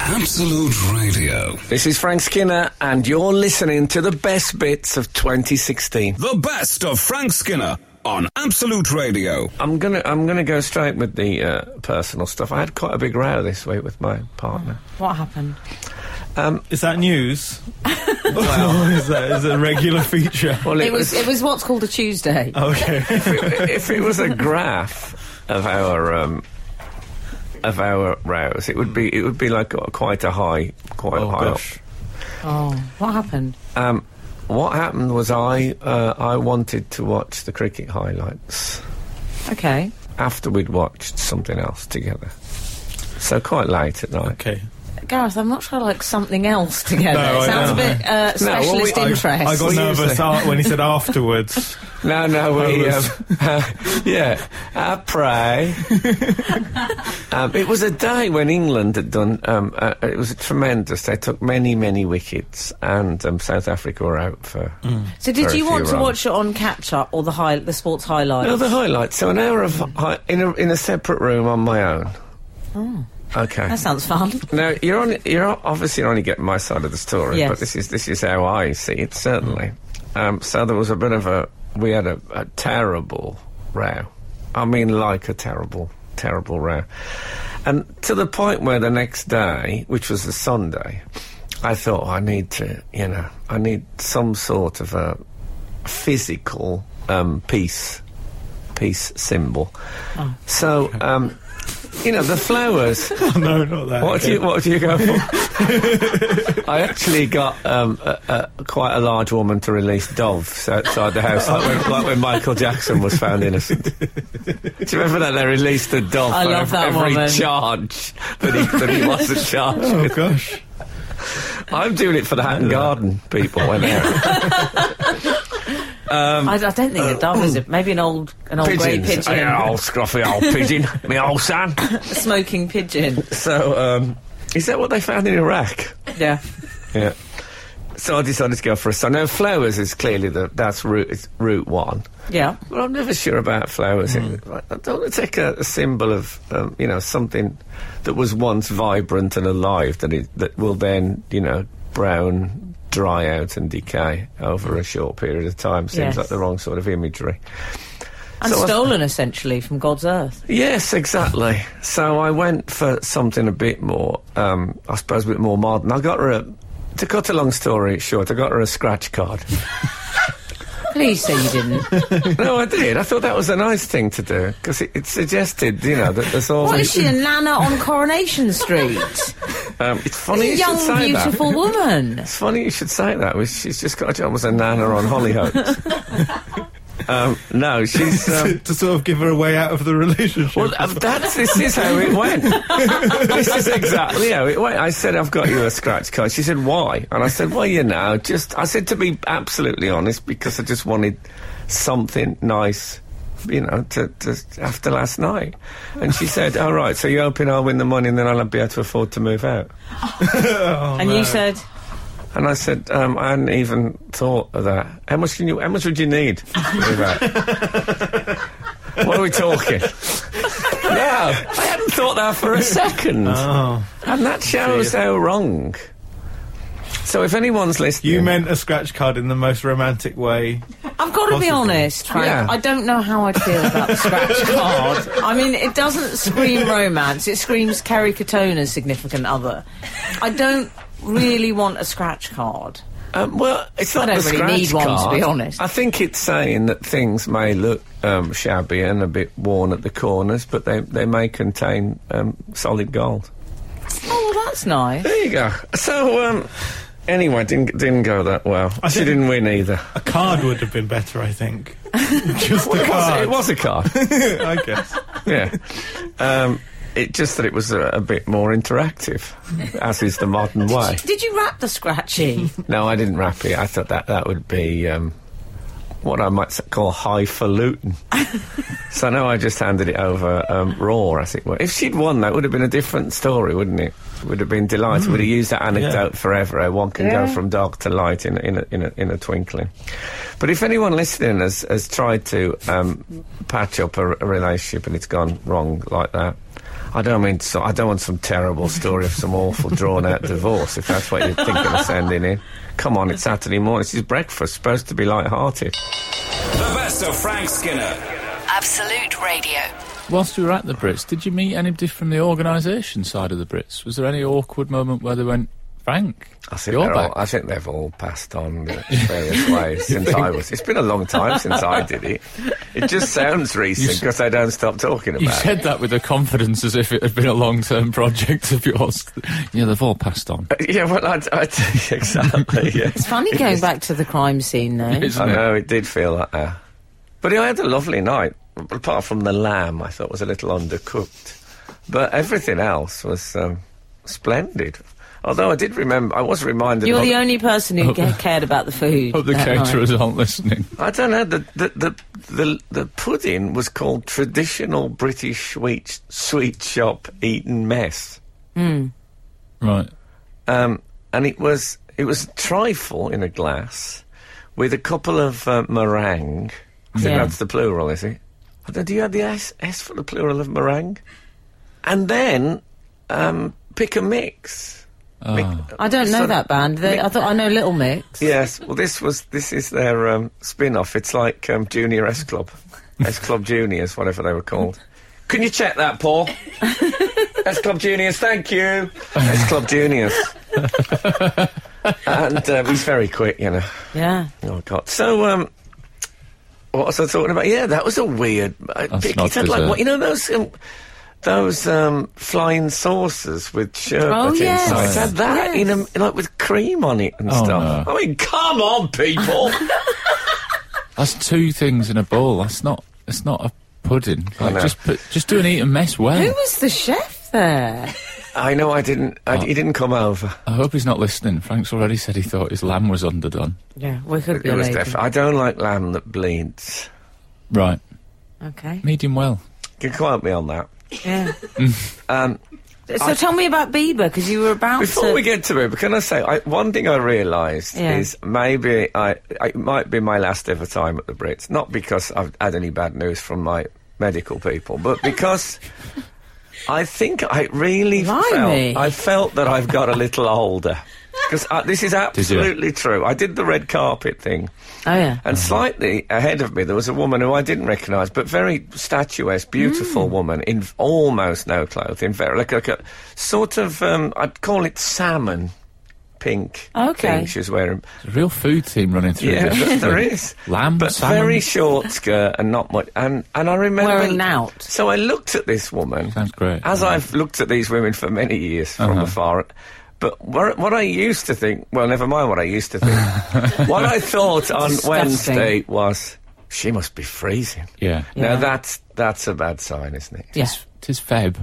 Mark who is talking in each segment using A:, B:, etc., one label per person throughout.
A: Absolute Radio.
B: This is Frank Skinner, and you're listening to the best bits of 2016.
A: The best of Frank Skinner on Absolute Radio.
B: I'm gonna, I'm gonna go straight with the uh, personal stuff. I had quite a big row this week with my partner.
C: What happened?
D: Is that news? or is that is it a regular feature?
B: Well,
C: It was it was what's called a Tuesday.
D: Okay.
B: if it was a graph of our um, of our rows, it would be, it would be like quite a high, quite
D: Oh
B: high. up.
D: gosh.
C: Oh, what happened?
B: Um, what happened was I, uh, I wanted to watch the cricket highlights.
C: Okay.
B: after we'd watched something else together. So quite late at night.
D: Okay.
C: Gareth, I'm not sure I like something else together.
D: No,
C: it
D: I
C: sounds a
D: don't.
C: bit uh,
B: well, we-
C: specialist
B: I- I
C: interest.
D: I got
B: What do you
D: nervous
B: say?
D: uh, when he said afterwards.
B: No, no, we,
D: I
B: um,
D: was-
B: yeah, I pray. um, it was a day when England had done. Um, uh, it was tremendous. They took many, many wickets, and um, South Africa were out for.
C: so, did
B: Very
C: you
B: few
C: want to
B: runs.
C: watch it on catch up or the high, the sports highlights?
B: No, the highlights. So an hour of hi- in a in a separate room on my own. Oh. Okay.
C: That sounds fun.
B: Now you're on. You're obviously only getting my side of the story,
C: Yes.
B: but this is this is how I see it certainly. Um, so there was a bit of a. We had a, a terrible row. I mean, like a terrible, terrible row, and to the point where the next day, which was a Sunday, I thought I need to, you know, I need some sort of a physical um, peace, peace symbol. So, um, you know, the flowers.
D: no, not that.
B: What do you What do you go for? I actually got um, a, a, quite a large woman to release doves outside the house, like when, like when Michael Jackson was found innocent. do you remember that they released a dove
C: I
B: for
C: love
B: ev-
C: that
B: every
C: woman.
B: charge that he, that he wasn't charged?
D: Oh gosh.
B: I'm doing it for the Hatton Garden people. When they're
C: I, I don't think a dove is it. Maybe an old, an old grey
B: pigeons,
C: pigeon,
B: Yeah, old scruffy old pigeon, me old son.
C: a smoking pigeon.
B: So, um, is that what they found in Iraq?
C: Yeah.
B: Yeah. So I decided to go for a sun. Now flowers is clearly the that's route it's route one.
C: Yeah.
B: Well, I'm never sure about flowers.
C: Hmm.
B: Like, I don't want to take a, a symbol of um, you know something that was once vibrant and alive that it, that will then you know brown, dry out and decay over a short period of time. Seems
C: Hmm. Yes.
B: like the wrong sort of imagery.
C: And
B: So I-
C: stolen essentially from God's earth.
B: Yes, exactly. So I went for something a bit more, um, I suppose, a bit more modern. I got her a. To cut a long story short, I got her a scratch card.
C: Please say you didn't.
B: no, I did. I thought that was a nice thing to do because it, it suggested, you know, that there's always.
C: what is she, a nana on Coronation Street?
B: Um, it's funny
C: a
B: you should
C: young,
B: say
C: beautiful
B: that.
C: woman.
B: It's funny you should say that. was- She's just got a job as a nana on Hollyhock. um, no, she's. Um,
D: to, to sort of give her a way out of the relationship.
B: Well, uh, that's this is how it went. this is exactly how it went. I said, "I've got you a scratch card." She said, "Why?" And I said, "Well, you know, just." I said to be absolutely honest because I just wanted something nice, you know, to, to after last night. And she said, "All right, so you're hoping I'll win the money, and then I'll be able to afford to move out."
C: and you said,
B: And I said, um, "I hadn't even thought of that. How much can you? How much would you need to move out?" What are we talking? no, I hadn't thought that for a second.
D: oh,
B: And that shows how wrong. So if anyone's listening,
D: you meant a scratch card in the most romantic way.
C: I've got to be
D: Possibly.
C: honest, Frank.
B: Yeah.
C: I don't know how I'd feel about the scratch card. I mean, it doesn't scream romance. It screams Kerry Katona's significant other. I don't really want a scratch card.
B: um, well, it's not
C: don't
B: the
C: really
B: scratch
C: need one, to
B: card.
C: be honest.
B: I think it's saying that things may look um, shabby and a bit worn at the corners, but they they may contain um, solid gold.
C: Oh, well, that's nice.
B: There you go. So um, anyway, didn't didn't go that well. she
D: think-
B: didn't win either.
D: A card would have been better, I think. Just a
B: It was-
D: card,
B: it was a card.
D: I guess.
B: yeah. Um, it just that it was a, a bit more interactive, as is the modern way.
C: Did you wrap the scratchy?
B: No, I didn't wrap it. I thought that that would be um, what I might s- call highfalutin. so no, I just handed it over um, raw, as it were. If she'd won, that would have been a different story, wouldn't it? would have been delighted. Would have used that anecdote forever. How one can
C: Yeah.
B: go from dark to light in, in, a, in, a, in a twinkling. But if anyone listening has, has tried to um, patch up a, r- a relationship and it's gone wrong like that, I don't mean so, I don't want some terrible story of some awful drawn out divorce. If that's what you're thinking of sending in, come on, it's Saturday morning. This is breakfast, supposed to be light hearted.
A: The best of Frank Skinner.
E: Absolute Radio.
F: Whilst we were at the Brits, did you meet anybody from the organisation side of the Brits? Was there any awkward moment where they went, Frank,
B: I think,
F: you're
B: they're all,
F: back?
B: I think they've all passed on in various ways since I was. It's been a long time since I did it. It just sounds recent
F: s-
B: because I don't stop talking
F: you
B: about
F: said that with a confidence as if it had been a long-term project of yours. yeah, they've all passed on.
B: it. Yeah, well, I, I exactly. Yeah.
C: It's funny going back to the crime scene now.
F: Isn't
B: I
F: it?
B: know it did feel like that. But I had a lovely night. Apart from the lamb, I thought was a little undercooked, but everything else was um, splendid. Although I did remember, I was reminded.
C: You're
B: of-
C: the only person who ca- cared about the food.
F: Hope the
C: that
F: caterers
C: night.
F: aren't listening.
B: I don't know. The the, the the the pudding was called traditional British sweet sweet shop eaten mess,
F: Right.
B: um, and it was it was trifle in a glass with a couple of uh, meringue. I think
C: Yeah.
B: that's the plural, is it? I don't, do you have the S, S for the plural of meringue? And then um, pick a mix. Pick-
C: I don't know
B: So-
C: that band. They, I thought I know Little Mix.
B: Yes, well, this was this is their um, spin-off. It's like um, Junior S Club, S Club Juniors, whatever they were called. Can you check that, Paul? S Club Juniors, thank you. S Club Juniors. and um, he's very quick, you know.
C: Yeah.
B: Oh God! So, um, what was I talking about? Yeah, that was a weird. I
F: That's
B: pick-
F: not
B: it had like
F: dessert.
B: what you know those um, those um, flying saucers with sherbet
C: Oh, yes.
B: inside. It had that in
C: Yes.
B: a, like with cream on it and
F: Oh,
B: stuff.
F: no.
B: I mean, come on, people!
F: That's two things in a bowl. That's not. It's not a pudding. Like,
B: know.
F: just put, just do an eat and mess well.
C: Who was the chef there?
B: I know I didn't.
F: Oh.
B: I, He didn't come over.
F: I hope he's not listening. Frank's already said he thought his lamb was underdone.
C: Yeah, we could be
B: It was
C: lady.
B: def- I don't like lamb that bleeds.
F: Right.
C: Okay.
F: Medium well.
B: You can quote me on that.
C: Yeah.
F: Um,
C: so tell me about Bieber because you were about
B: Before
C: to.
B: we get to it, but can I say I, one thing I realised
C: Yeah.
B: is maybe I it might be my last ever time at the Brits, not because I've had any bad news from my medical people, but because I think I really
C: Blimey.
B: felt I felt that I've got a little older because this is
F: you?
B: absolutely true. I did the red carpet thing.
C: oh yeah.
F: Uh,
B: And slightly ahead of me, there was a woman who I didn't recognise, but very statuesque, beautiful woman in v- almost no clothes, in very like, like a sort of um, I'd call it salmon pink
C: Okay.
B: thing she was wearing.
F: There's a real food theme running through
B: Yeah,
F: this.
B: there is.
F: Lamb,
B: but
F: salmon.
B: very short skirt and not much. And and I remember
C: Wearing knout.
B: So I looked at this woman.
F: Sounds great.
B: As I've looked at these women for many years from afar. But wha- what I used to think, well, never mind what I used to think. what I thought on
C: Disgusting.
B: Wednesday was, she must be freezing.
F: Yeah.
C: Yeah.
B: Now that's that's a bad sign, isn't it?
C: Yeah.
F: Tis Feb.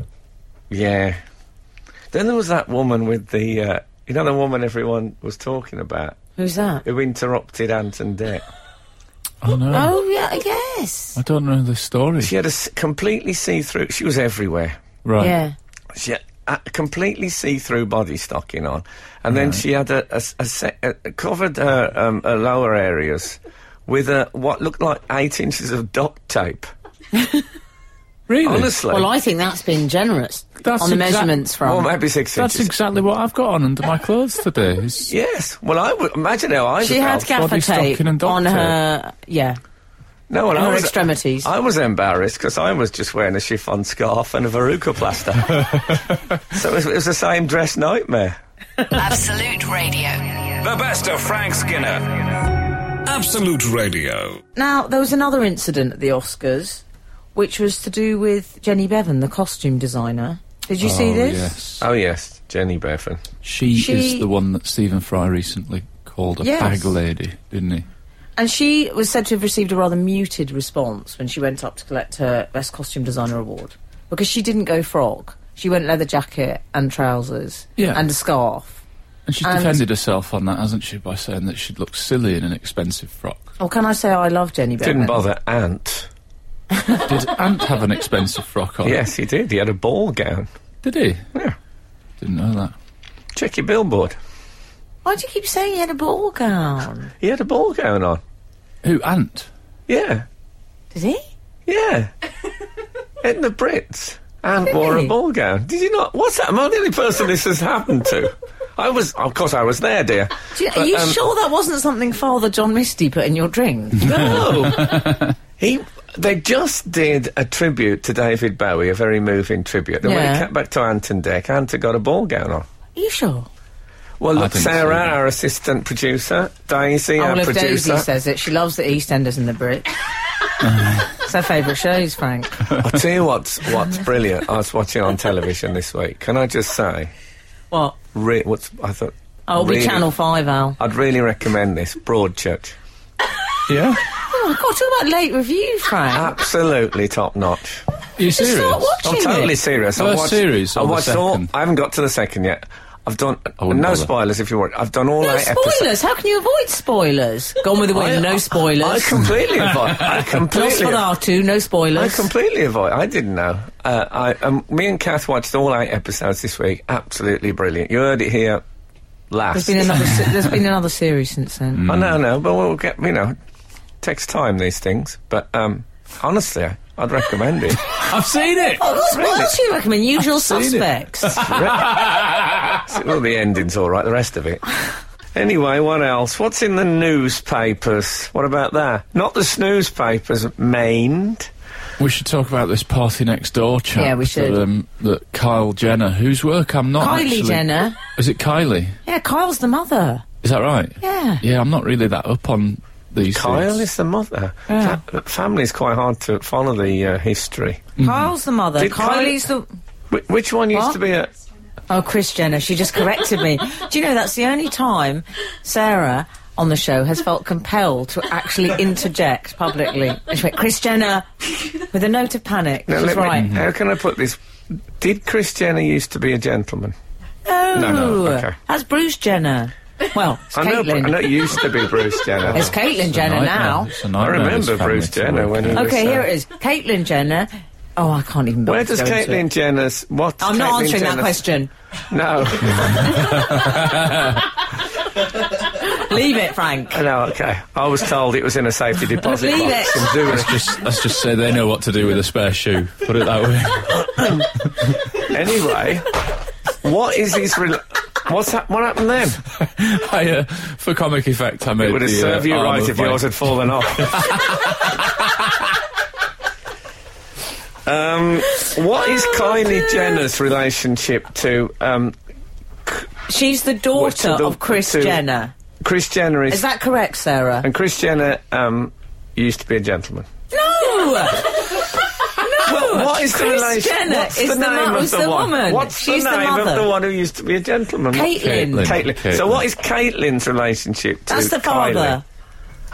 B: Yeah. Then there was that woman with the, uh, you know, the woman everyone was talking about
C: Who's that?
B: who interrupted Anton Deck.
F: Oh no.
C: Oh yeah. Yes.
F: I don't know the story.
B: She had a s- completely see-through. She was everywhere.
F: Right.
C: Yeah.
B: She had a completely see-through body stocking on, and then she had a, a s- a se- a- covered her, um, her lower areas with a what looked like eight inches of duct tape.
F: Really?
B: Honestly,
C: Well, I um, think that's been generous
F: That's
C: on the
F: exact-
C: measurements
B: well,
C: from.
B: maybe six
F: That's
B: inches.
F: exactly what I've got on under my clothes today. It's-
B: yes. Well, I would imagine how I
C: she had
B: felt.
C: gaffer
F: body
C: tape
F: stocking and duct
C: on her. Yeah.
B: no, well, I
C: her
F: uh,
B: was,
C: extremities.
B: I was embarrassed because I was just wearing a chiffon scarf and a veruca plaster, so it was, it was the same dress nightmare.
E: Absolute Radio.
A: The best of Frank Skinner. Absolute Radio.
C: Now there was another incident at the Oscars, which was to do with Jenny Bevan, the costume designer. Did you see
F: Oh,
C: this?
F: Yes.
B: Oh yes, Jenny Bevan.
F: She,
C: She-
F: is the one that Stephen Fry recently called a
C: Yes.
F: bag lady, didn't he?
C: And she was said to have received a rather muted response when she went up to collect her Best Costume Designer award because she didn't go frock. She went leather jacket and trousers
F: Yeah.
C: and a scarf.
F: And she's
C: And-
F: defended herself on that, hasn't she, by saying that she'd look silly in an expensive frock.
C: Or Oh, can I say I love Jenny Bevan?
B: Didn't bother Ant.
F: Did Ant have an expensive frock on?
B: Yes, he did. He had a ball gown.
F: Did he?
B: Yeah.
F: Did Didn't know that.
B: Check your billboard.
C: Why do you keep saying he had a ball gown?
B: He had a ball going on.
F: Who? Ant?
B: Yeah,
C: Did he?
B: yeah. In the Brits, Anne wore a
C: Really?
B: ball gown. Did you not? What's that? Am I the only person this has happened to? I was, of course, I was there, dear.
C: Do you, are you
B: um,
C: sure that wasn't something Father John Misty put in your drink?
B: No. he. They just did a tribute to David Bowie, a very moving tribute. And when
C: Yeah.
B: it cut back to Ant and Deck, Ant had got a ball gown on.
C: Are you sure?
B: Well,
F: I
B: look,
F: didn't see
B: Sarah,
F: that.
B: our assistant producer, Daisy,
C: oh,
B: our
C: well, if
B: producer.
C: Daisy says it, she loves the EastEnders and the Brits. it's her favourite shows, Frank.
B: I'll tell you what's, what's brilliant. I was watching on television this week. Can I just say,
C: What?
B: re- what's, I thought.
C: Oh, it'll
B: really-
C: be Channel 5, Al.
B: I'd really recommend this. Broadchurch.
F: Yeah.
C: Oh, my God, talk about late review, Frank.
B: Absolutely top notch.
F: Are you serious?
C: Start
B: I'm
C: watching
B: totally
C: it.
B: serious. I
F: First
B: watched,
F: series
B: I
F: or the
B: watched all.
F: second?
B: I haven't got to the second yet. I've done no
F: wouldn't bother.
B: spoilers if you want. I've done all
C: No
B: eight episodes.
C: spoilers. How can you avoid spoilers? Gone with the
B: I-
C: wind, no
B: I
C: spoilers.
B: completely avoid. I completely.
C: Nosferatu, no
B: I
C: spoilers.
B: completely avoid. I didn't know. Uh, I um, me and Kath watched all eight episodes this week. Absolutely brilliant. You heard it here
C: there's
B: last.
C: been another. se- there's been another series since then.
B: I know, no, but we'll get. You know, takes time these things. But um, honestly, I'd recommend it.
F: I've seen it.
C: Oh, what's- what else do you recommend? Usual
F: seen it.
C: Suspects.
B: well, the ending's all right. The rest of it. Anyway, what else? What's in the newspapers? What about that? Not the snooze papers, Mained.
F: We should talk about this party next door chap.
C: Yeah, we should.
F: That, um, that Kyle Jenner, whose work I'm not.
C: Kylie
F: actually-
C: Jenner.
F: Is it Kylie?
C: Yeah, Kyle's the mother.
F: Is that right?
C: Yeah.
F: Yeah, I'm not really that up on these.
B: Kyle
F: things.
B: is the mother.
C: Yeah.
B: Fa- family's quite hard to follow the uh, history.
C: Kyle's the mother.
B: Did Kylie-
C: Kylie's the.
B: Wh- which one used
C: What?
B: to be a.
C: Oh, Chris Jenner. She just corrected me. Do you know that's the only time Sarah on the show has felt compelled to actually interject publicly. She went, Chris Jenner, with a note of panic.
B: Now,
C: She's
B: let me-
C: right.
B: How can I put this? Did Chris Jenner used to be a gentleman?
C: No,
B: No, no, okay.
C: that's Bruce Jenner. Well, it's
B: I know, Bru-
C: Caitlyn.
B: I know it used to be Bruce Jenner.
C: It's Caitlyn
F: It's a
C: Jenner
F: nightmare.
C: now.
F: It's a
B: I
F: nightmare,
B: remember
F: this family
B: Bruce
F: to
B: Jenner
F: work
B: when he
F: out.
B: was. uh,
C: Okay, here it is. Caitlyn Jenner. Oh, I can't even.
B: Where
C: bother to
B: does
C: go into
B: Caitlyn
C: it.
B: Jenner's. What?
C: I'm not
B: Caitlyn
C: answering that
B: Jenner's-
C: question.
B: No.
C: Leave it, Frank.
B: No, okay. I was told it was in a safety deposit
C: Leave
B: box.
C: it.
B: And do
F: Let's
B: it.
F: just let's just say they know what to do with a spare shoe. Put it that way.
B: Anyway, what is his? Re- what's that? What happened then?
F: I, uh, for comic effect, I made
B: It would have
F: the, uh,
B: served you
F: arm
B: right
F: of
B: if
F: my-
B: yours had fallen off. um, what
C: Oh,
B: is Kylie Jenner's relationship to um,
C: She's the
B: What's
C: daughter
B: the dau-
C: of Chris
B: to-
C: Jenner.
B: Chris Jenner? Is,
C: Is that correct, Sarah?
B: and Chris Jenner um, used to be a gentleman.
C: No.
B: Well, what is the
C: Chris
B: relation?
C: Jenner
B: what's
C: is
B: the
C: the mo-
B: name of
C: was the
B: one?
C: woman.
B: What's
C: She's
B: the
C: the
B: name of
C: mother.
B: the one who used to be a gentleman? What-
C: Caitlyn.
F: Caitlyn.
B: Caitlyn.
F: Caitlyn.
B: So, what is Caitlin's relationship to
C: That's the
B: Kylie?
C: father.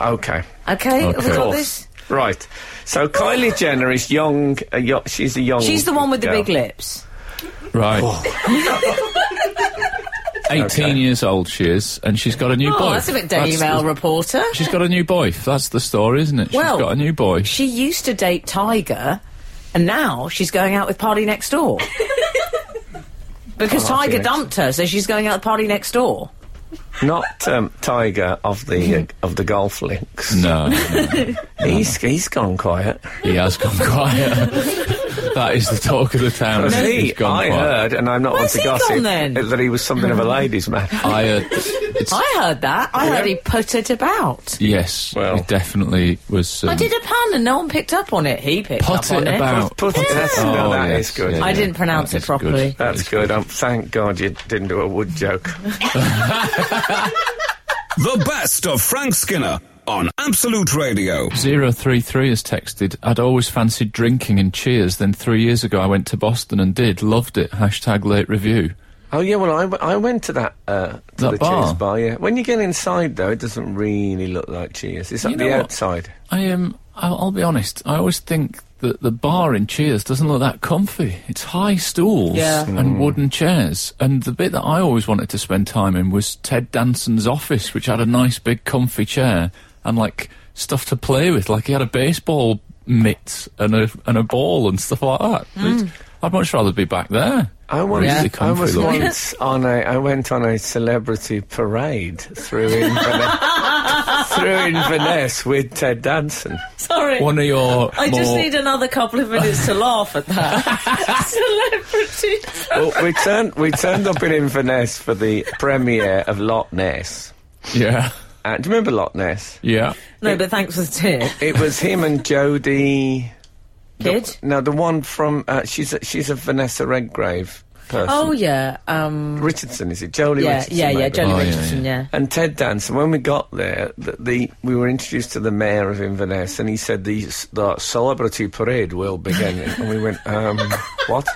B: Okay,
C: Okay, have we
F: Okay.
B: of
C: got
B: course.
C: this?
B: Oh, Right. So Kylie Jenner is young. A yo- she's a young.
C: She's the one with the
B: girl.
C: big lips.
F: Right. 18
B: Oh. Okay.
F: years old she is, and she's got a new boy.
C: Oh, that's a bit Daily
F: That's
C: Mail
F: the-
C: reporter.
F: She's got a new boy. That's the story, isn't it? She's
C: Well-
F: got a new boy.
C: She used to date Tiger, and now she's going out with Party Next Door.
F: Oh,
C: Because
B: Party
C: Tiger
B: Next-
C: dumped her, so she's going out with Party Next Door.
B: Not um, Tiger of the uh, of the golf links.
F: Mm-hmm. No, no,
B: He's he's gone quiet.
F: he has gone quiet. that is the talk of the town.
B: Because
F: He's
B: he,
F: gone
B: I
F: quiet.
B: heard, and I'm not one
C: Where's
B: to
C: he gone
B: gossip, uh,
C: then?
B: that he was something of a ladies' man.
F: I heard. It's,
C: I heard that. I heard he put it about.
F: yes,
B: Well.
F: it definitely was. Um,
C: I did a pun and no one picked up on it. He picked
F: Put
C: up
F: it
C: on it.
F: about.
B: Put it- that's- uh, no, that
F: oh, yes,
B: is good.
F: yeah,
C: I
F: yeah.
C: didn't pronounce
F: That
C: it
F: is good.
C: properly.
B: That's good. Um, thank God you didn't do a wood joke.
A: The best of Frank Skinner on Absolute Radio.
F: 033 has texted, I'd always fancied drinking and cheers, then three years ago I went to Boston and did, loved it, hashtag late review.
B: Oh yeah, well I, w- I went to that uh, to
F: That
B: the
F: bar?
B: Cheers bar. Yeah, when you get inside though, it doesn't really look like Cheers. It's at
F: You
B: the
F: know what?
B: outside.
F: I am. Um, I'll, I'll be honest. I always think that the bar in Cheers doesn't look that comfy. It's high stools
C: Yeah.
F: and wooden chairs. And the bit that I always wanted to spend time in was Ted Danson's office, which had a nice big comfy chair and like stuff to play with. Like he had a baseball mitts and a and a ball and stuff like that.
C: Mm.
F: It's- I'd much rather be back there.
B: I once,
F: Really
B: I
F: comfy
B: was
F: looking.
B: once on a, I went on a celebrity parade through Inverness, through Inverness with Ted Danson.
C: Sorry.
F: One of your
C: I just
F: more-
C: need another couple of minutes to laugh at that. Celebrity.
B: Well, we turned, we turned up in Inverness for the premiere of Loch Ness.
F: yeah,
B: Uh, do you remember Loch Ness?
F: yeah.
C: No, but thanks for the tip.
B: It was him and Jodie.
C: Kid?
B: No, the one from uh, she's a, she's a Vanessa Redgrave person.
C: Oh, yeah. Um,
B: Richardson is it? Jolie
C: yeah,
B: Richardson.
C: yeah, yeah.
B: maybe.
C: Johnny
F: Oh, yeah,
C: Richardson, yeah.
B: And Ted Danson, when we got there, the, the we were introduced to the mayor of Inverness, and he said the, s- the celebrity parade will begin, and we went, um, what?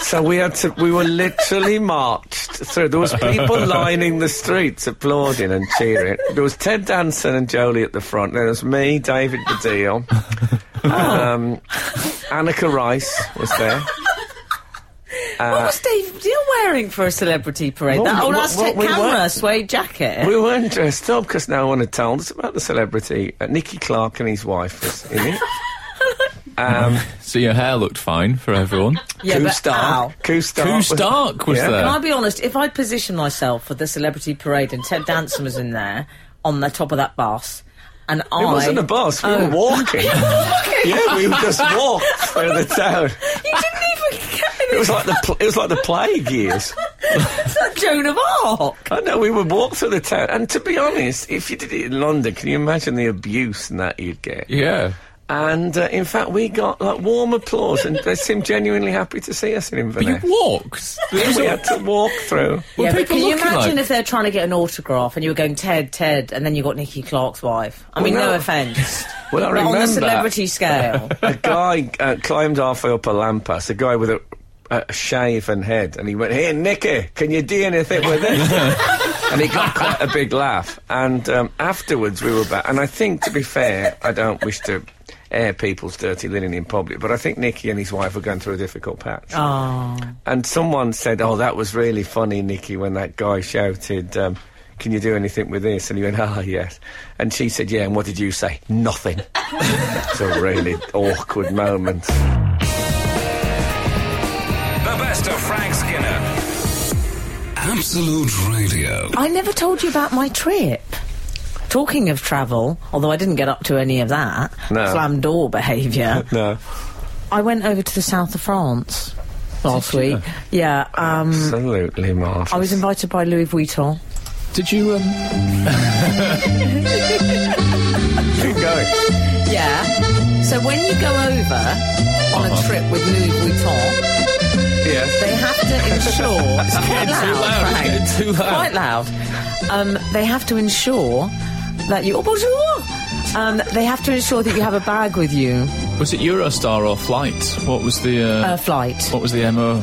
B: so we had to, we were literally marched through. There was people lining the streets, applauding and cheering. There was Ted Danson and Jolie at the front. There was me, David Baddiel, um, Annika Rice was there.
C: what was Dave Deal wearing for a celebrity parade?
B: What we-
C: that old
B: what-
C: Aztec
B: what we
C: camera
B: were-
C: suede jacket.
B: We weren't dressed up because no one had told us about the celebrity. Uh, Nicky Clark and his wife was in it. Um,
F: So your hair looked fine for everyone.
C: yeah,
B: Koo
C: but ow.
B: Stark. Koo Stark.
F: Koo Stark was
B: Yeah.
F: there.
C: Can I be honest? If I positioned myself for the celebrity parade and Ted Danson was in there on the top of that bus, and I
B: It wasn't a bus. We
C: Oh.
B: were walking. yeah, we just walked through the town.
C: You didn't even get
B: It
C: it.
B: was like the pl- it was like the plague years.
C: It's like Joan of Arc.
B: I know we would walk through the town. And to be honest, if you did it in London, can you imagine the abuse and that you'd get?
F: Yeah.
B: And uh, in fact, we got like warm applause, and they seemed genuinely happy to see us in
F: But you
B: Inverness.
F: walked. There was
B: we
F: a-
B: had to walk through.
F: Were
C: yeah, but
F: people
C: can you
F: looking
C: imagine
F: like-
C: if they're trying to get an autograph and you were going Ted, Ted, and then you got Nicky Clark's wife? I mean,
B: Well,
C: no,
B: no.
C: offence.
B: Well, I
C: but on the
B: remember-
C: celebrity scale,
B: a guy uh, climbed halfway up a lamppost, a guy with a, a shaven head, and he went, Hey, Nicky, can you do anything with this? and he got quite a big laugh. And um, afterwards, we were back. And I think, to be fair, I don't wish to air people's dirty linen in public, but I think Nicky and his wife were going through a difficult patch.
C: oh,
B: And someone said, Oh, that was really funny, Nicky, when that guy shouted, um, Can you do anything with this? And he went, Ah, yes. And she said, Yeah, and what did you say? Nothing. it's a really awkward moment.
A: The best of Frank Skinner. Absolute Radio.
C: I never told you about my trip. Talking of travel, although I didn't get up to any of that
B: No.
C: slam door behaviour.
B: No.
C: I went over to the south of France last week. Yeah, um,
B: Absolutely marvellous.
C: I was invited by Louis Vuitton.
F: Did you? Um,
B: Keep going.
C: Yeah. So when you go over on
F: Uh-huh.
C: a trip with Louis Vuitton,
B: Yes.
C: they have to ensure. it's quite
F: getting too loud, it's
C: Frank.
F: getting too loud.
C: Quite loud. Um, they have to ensure that you. Oh, bonjour. Um, they have to ensure that you have a bag with you.
F: was it Eurostar or flight? What was the? Uh,
C: A flight.
F: what was the mo?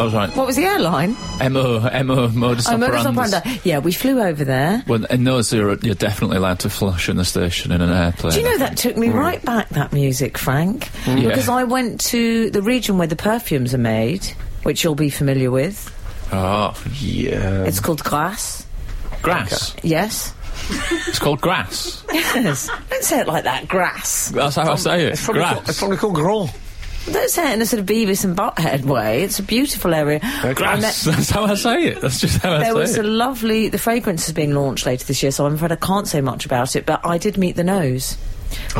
F: Oh, right.
C: What was the airline?
F: Mo mo modus
C: Oh, modus
F: operandi.
C: operandi. Yeah, we flew over there.
F: Well, in those you're, you're definitely allowed to flush in the station in an airplane.
C: Do you know that took me right back, that music, Frank?
F: Mm. Yeah.
C: Because I went to the region where the perfumes are made, which you'll be familiar with.
F: Oh,
B: Yeah.
C: It's called Grasse.
F: grass.
C: Yes?
F: It's called grass.
C: Yes. Don't say it like that, grass.
F: That's how I say it.
B: It's probably,
F: grass.
B: called, it's probably called Grand.
C: Don't say it in a sort of Beavis and Butthead way. It's a beautiful area. I
F: Uh, grass.
C: met-
F: That's how I say it. That's just how
C: There
F: I
C: was
F: say
C: a
F: it.
C: lovely. The fragrance has been launched later this year, so I'm afraid I can't say much about it. But I did meet the nose.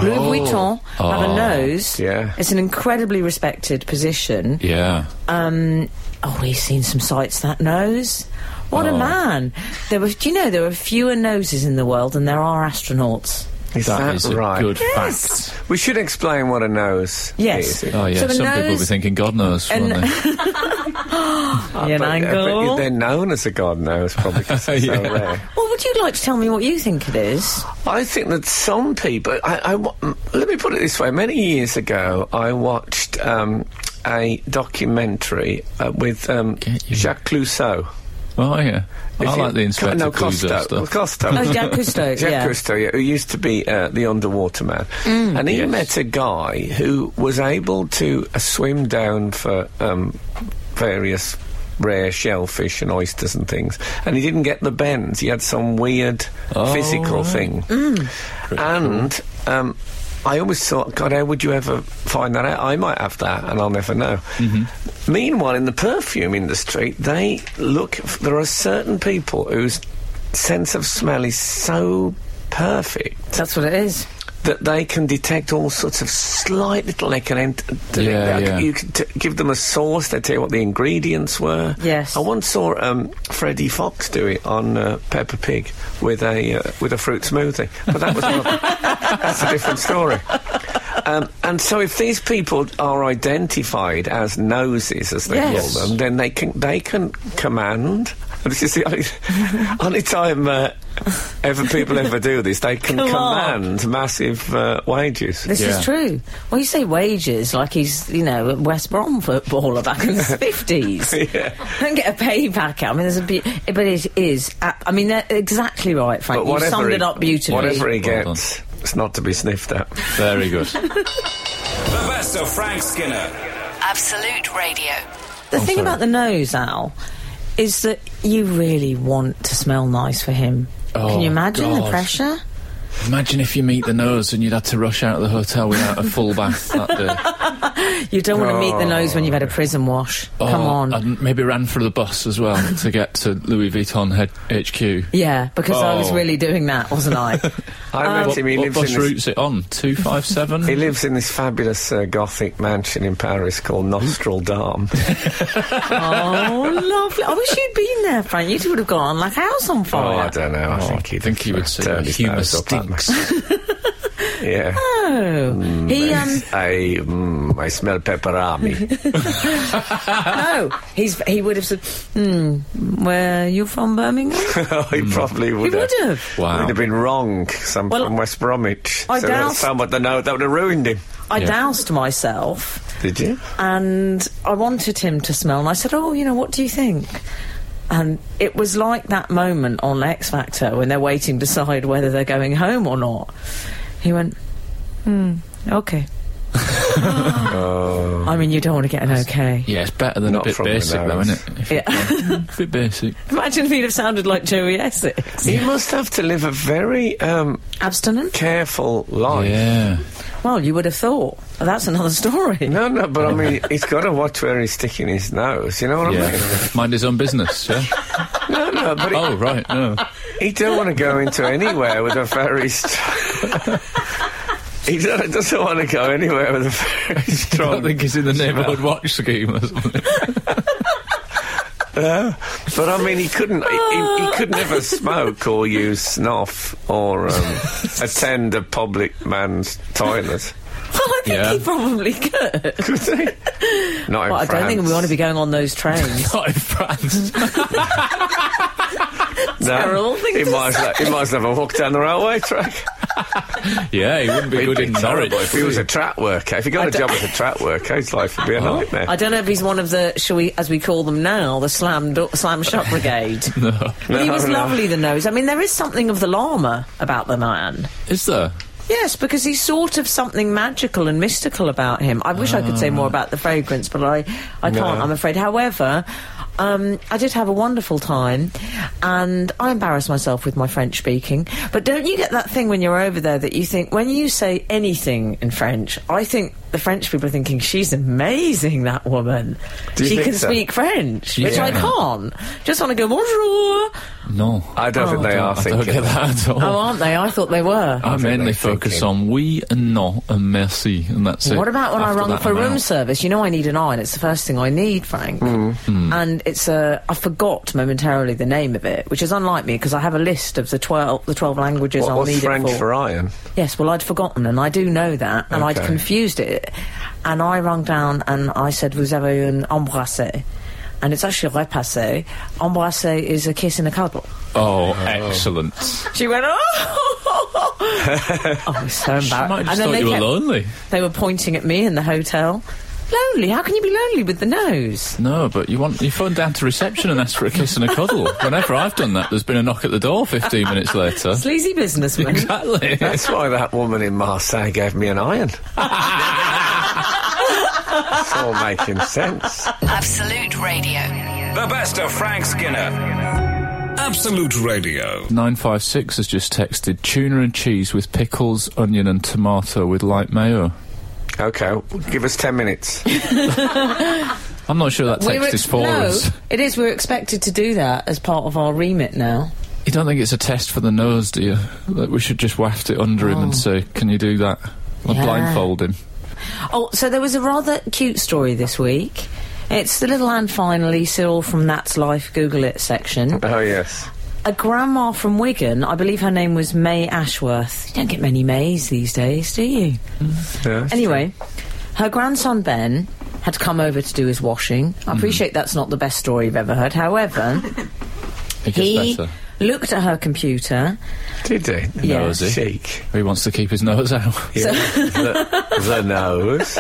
C: Louis Vuitton have a
F: Oh.
C: nose.
B: Yeah.
C: it's an incredibly respected position.
F: yeah.
C: Um, oh, he's seen some sights. That nose. What a
F: Oh.
C: man! There were, do you know, there are fewer noses in the world than there are astronauts.
B: Is
F: that
B: that
F: is
B: right?
F: a good
C: Yes.
F: fact.
B: We should explain what a nose
C: Yes.
B: is.
F: Oh yeah,
C: So the
F: some people will be
C: nose-
F: thinking God knows, won't
C: And-
F: they?
C: Ian
B: But- uh, but
C: Angle.
B: They're known as a god nose, probably. 'cause it's so
F: Yeah.
B: rare.
C: Well, would you like to tell me what you think it is?
B: I think that some people. I, I wa- mm, let me put it this way: many years ago, I watched um, a documentary uh, with um,
F: Get you.
B: Jacques Clouseau.
F: Oh yeah.
B: If
F: I
B: you-
F: like the Inspector
B: no,
F: Clouseau
B: Costo,
F: stuff.
B: Costo.
C: Oh, Jack Cousteau.
B: Jack
C: yeah. Mm.
B: Cousteau, yeah, who used to be uh, the underwater man. and he met a guy who was able to uh, swim down for um, various rare shellfish and oysters and things. And he didn't get the bends. He had some weird
F: Oh,
C: Mm.
B: physical
F: right.
B: thing. And um, I always thought, God, how would you ever find that out? I might have that, and I'll never know. Meanwhile, in the perfume industry, they look. f- There are certain people whose sense of smell is so perfect
C: That's what it is.
B: that they can detect all sorts of slight little they can ent- t-
F: Yeah,
B: they-
F: yeah.
B: you can t- give them a sauce they tell you what the ingredients were
C: Yes.
B: I once saw um, Freddie Fox do it on uh, Peppa Pig with a uh, with a fruit smoothie but that was another, that's a different story um, and so if these people are identified as noses as they
C: Yes.
B: call them then they can they can command this is the only, only time uh, ever people ever do this they can
C: Come on.
B: command and massive uh, wages.
C: This
F: Yeah.
C: is true. Well, you say wages like he's, you know, a West Brom footballer back in the 50s.
B: Yeah.
C: Don't get a payback out. I mean, there's a be- but it is. ap- I mean, they're exactly right, Frank. You summed
B: he,
C: it up beautifully.
B: Whatever he
F: Well
B: gets, it's not to be sniffed at.
F: Very good.
A: The best of Frank Skinner.
E: Absolute Radio.
C: The thing about the nose, Al, is that you really want to smell nice for him. Can
F: Oh,
C: you imagine the
F: God.
C: pressure?
F: Imagine if you meet the nose and you'd had to rush out of the hotel without a full bath that day.
C: You don't want to meet the nose when you've had a prison wash.
F: Or
C: Come on.
F: I'd maybe ran for the bus as well to get to Louis Vuitton head HQ.
C: yeah, because I was
F: Oh.
C: really doing that, wasn't I?
B: I
C: Uh,
B: met him. He
F: what
B: lives,
F: bus
B: in this,
F: route's it on? Two five
B: he
F: seven.
B: lives in this fabulous uh, Gothic mansion in Paris called Nostril Dame.
C: oh, lovely. I wish you'd been there, Frank. You two would have gone like house on
B: oh, I
C: fire.
B: don't know. I think he'd
F: think he
B: uh,
F: would say
B: turned his
F: humour
B: nose up at me.
F: stinks.
B: yeah.
C: Oh, he um
B: I, mm, I smell pepperami.
C: no, he's he would have said, hmm, where are you from, Birmingham?
B: he probably would
C: he would
B: have.
C: have.
F: Mm. Wow.
B: He'd have been wrong. Some
C: Well,
B: from West Bromwich.
C: I
B: so that
C: doubt-
B: someone that know that would have ruined him.
C: I
F: Yeah.
C: doused myself.
B: Did you?
C: and I wanted him to smell. And I said, "Oh, you know, what do you think?" And it was like that moment on X Factor when they're waiting to decide whether they're going home or not. He went, "Hmm, okay." I mean, you don't want to get an okay.
F: Yeah, it's better than
B: Not
F: a bit
B: from the
F: basic though,
B: nose.
F: isn't it? If
C: Yeah.
F: it's a bit basic.
C: Imagine if he'd have sounded like Joey Essex.
B: He must have to live a very um,
C: Abstinent?
B: careful life.
F: Yeah.
C: Well, you would have thought. That's another story.
B: No, no, but I mean, he's got to watch where he's sticking his nose. You know what I mean?
F: Yeah. Mind his own business, yeah?
B: No, no, but
F: Oh right, no.
B: he, he don't want to go into anywhere with a very. St- he don't- doesn't want to go anywhere with a very
F: I
B: strong.
F: don't think he's in the neighbourhood watch scheme or something.
B: But I mean, he couldn't. He, he, he
F: Oh.
B: could never smoke or use snuff or um, attend a public man's toilet.
C: Well, I think
F: Yeah.
C: he probably could.
B: Could he? Not in
C: Well, I don't think we want to be going on those trains.
F: Not in France.
C: terrible thing
B: He
C: to
B: might, as well, he might as well have walked down the railway track.
F: yeah, he wouldn't be good in Norwich.
B: If he was a trap worker, if he got a
C: don't-
B: job as a trap worker, his life would be a nightmare.
C: I don't know if he's one of the, shall we, as we call them now, the slam do- slam shut brigade. no. But he
B: No,
C: was
B: no.
C: lovely, the nose. I mean, there is something of the llama about the man.
F: Is there?
C: Yes, because he's sort of something magical and mystical about him. I wish I could say more
B: Ah.
C: about the fragrance, but I, I can't, I'm afraid. However, um, I did have a wonderful time, and I embarrassed myself with my French speaking. But don't you get that thing when you're over there that you think, when you say anything in French, I think the French people are thinking, she's amazing, that woman.
B: Do you
C: She
B: think
C: can
B: so?
C: speak French, which I
F: Yeah.
C: can't. Just want to go, bonjour.
F: No.
B: I don't think they are
F: Oh, I don't
B: thinking.
F: get that at all.
C: Oh, aren't they? I thought they were.
F: I
B: think
F: mainly
B: they're
F: focus
B: thinking-
F: on we and no and merci, and that's it.
C: What about when I
F: After
C: rung
F: that,
C: for
F: I'm
C: room
F: out.
C: service? You know, I need an iron. It's the first thing I need, Frank.
B: Hmm.
F: Hmm.
C: And it's a. I forgot momentarily the name of it, which is unlike me because I have a list of the twelve the twelve languages
B: What
C: I'll
B: was
C: need
B: French
C: it
B: for iron?
C: Yes, well, I'd forgotten, and I do know that, and I'd
B: Okay.
C: confused it. And I rung down and I said, Vous avez un embrassé. And it's actually repassé. Embrassé is a kiss and a cuddle.
F: Oh, excellent.
C: She went, Oh! oh, it was so embarrassing.
F: I might have just thought you were lonely.
C: They were pointing at me in the hotel. Lonely? How can you be lonely with the nose?
F: No, but you want you phone down to reception and ask for a kiss and a cuddle. Whenever I've done that, there's been a knock at the door 15 minutes later.
C: Sleazy businessman.
F: Exactly.
B: That's why that woman in Marseille gave me an iron. it's all making sense.
E: Absolute Radio.
A: The best of Frank Skinner. Absolute Radio.
F: 956 has just texted tuna and cheese with pickles, onion, and tomato with light mayo.
B: Okay, well, give us 10 minutes.
F: I'm not sure that
C: We
F: text
C: were
F: is
C: ex-
F: for
C: no,
F: us.
C: it is. We're expected to do that as part of our remit now.
F: You don't think it's a test for the nose, do you? That we should just waft it under him and say, "Can you do that?" Or
C: Oh. Yeah.
F: blindfold him.
C: Oh, so there was a rather cute story this week. It's the little and finally Cyril from That's Life. Google it section.
B: oh, yes.
C: A grandma from Wigan, I believe her name was May Ashworth. You don't get many Mays these days, do you?
B: Yeah.
C: Anyway, her grandson Ben had come over to do his washing.
F: Mm-hmm.
C: I appreciate that's not the best story you've ever heard. However,
F: It gets
C: he
F: better.
C: looked at her computer.
B: Did he?
C: Yeah.
F: Nose it.
B: Cheek.
F: He wants to keep his nose out.
B: Yeah. the, the nose.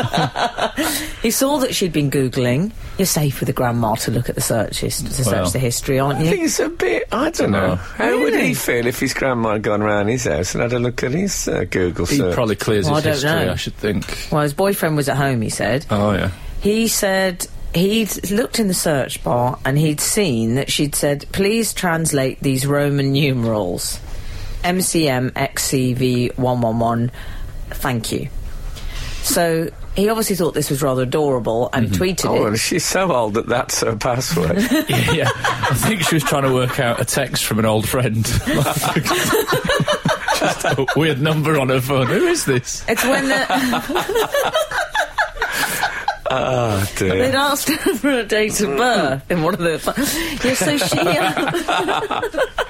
C: He saw that she'd been Googling. You're safe with a grandma to look at the searches, to
F: Well.
C: search the history, aren't
B: I
C: you?
B: think it's a bit. I don't know.
F: No.
B: How would he
C: Really?
B: feel if his grandma had gone round his house and had a look at his uh, Google
F: He
B: search?
F: probably clears
C: Well,
F: his
C: I don't
F: history,
C: know.
F: I should think.
C: Well, his boyfriend was at home, he said.
F: Oh yeah.
C: He said he'd looked in the search bar and he'd seen that she'd said, please translate these Roman numerals MCMXCV111. Thank you. So he obviously thought this was rather adorable and
F: Mm-hmm.
C: tweeted
B: Oh,
C: it.
B: and she's so old that that's her password.
F: yeah. I think she was trying to work out a text from an old friend. Just a weird number on her phone. Who is this?
C: It's when the,
B: oh
C: they'd
B: dear.
C: asked her for a date of birth in one of the. Yeah, so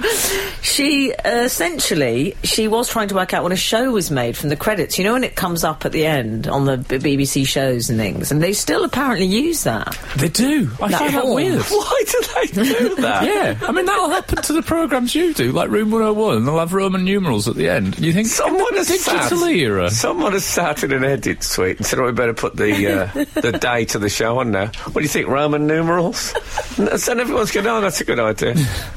C: she. uh, she uh, essentially she was trying to work out when a show was made from the credits. You know when it comes up at the end on the B- BBC shows and things, and they still apparently use that.
F: They do. I
C: That
F: find that
C: horn.
F: weird.
B: Why do they do that?
F: Yeah, I mean that'll happen to the programs you do, like Room 101, and they'll have Roman numerals at the end. You think
B: Someone has
F: digital
B: sat,
F: era?
B: Someone has sat in an edit suite and said, "Oh, we better put the uh, the date of the show on now." What do you think, Roman numerals? And so everyone's going, "Oh, that's a good idea."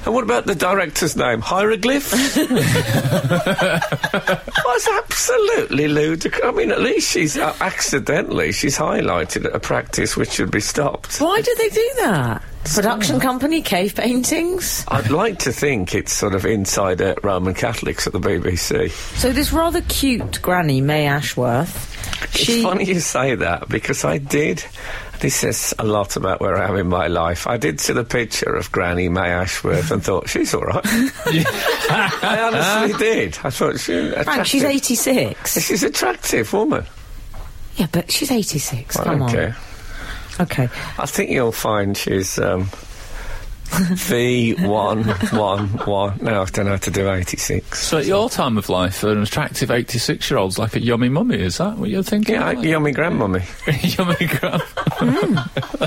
B: and what about the director's name? Hieroglyphs. That's absolutely ludicrous. I mean, at least she's uh, accidentally she's highlighted a practice which should be stopped.
C: Why do they do that? Production
B: Hmm.
C: company, cave paintings.
B: I'd like to think it's sort of insider Roman Catholics at the BBC.
C: So this rather cute granny, May Ashworth.
B: It's funny you say that because I did. This says a lot about where I am in my life. I did see the picture of Granny May Ashworth and thought she's all right. I honestly did. I thought she.
C: Frank,
B: attractive.
C: she's 86.
B: She's an attractive woman.
C: Yeah, but she's 86. Come
B: okay.
C: on. Okay.
B: I think you'll find she's um, V one one one. No, I don't know how to do eighty six.
F: So at your time of life, an attractive 86-year-old's like a yummy mummy, is that what you're thinking?
B: Yeah, I,
F: Like-
B: yummy grandmummy.
F: yummy gram.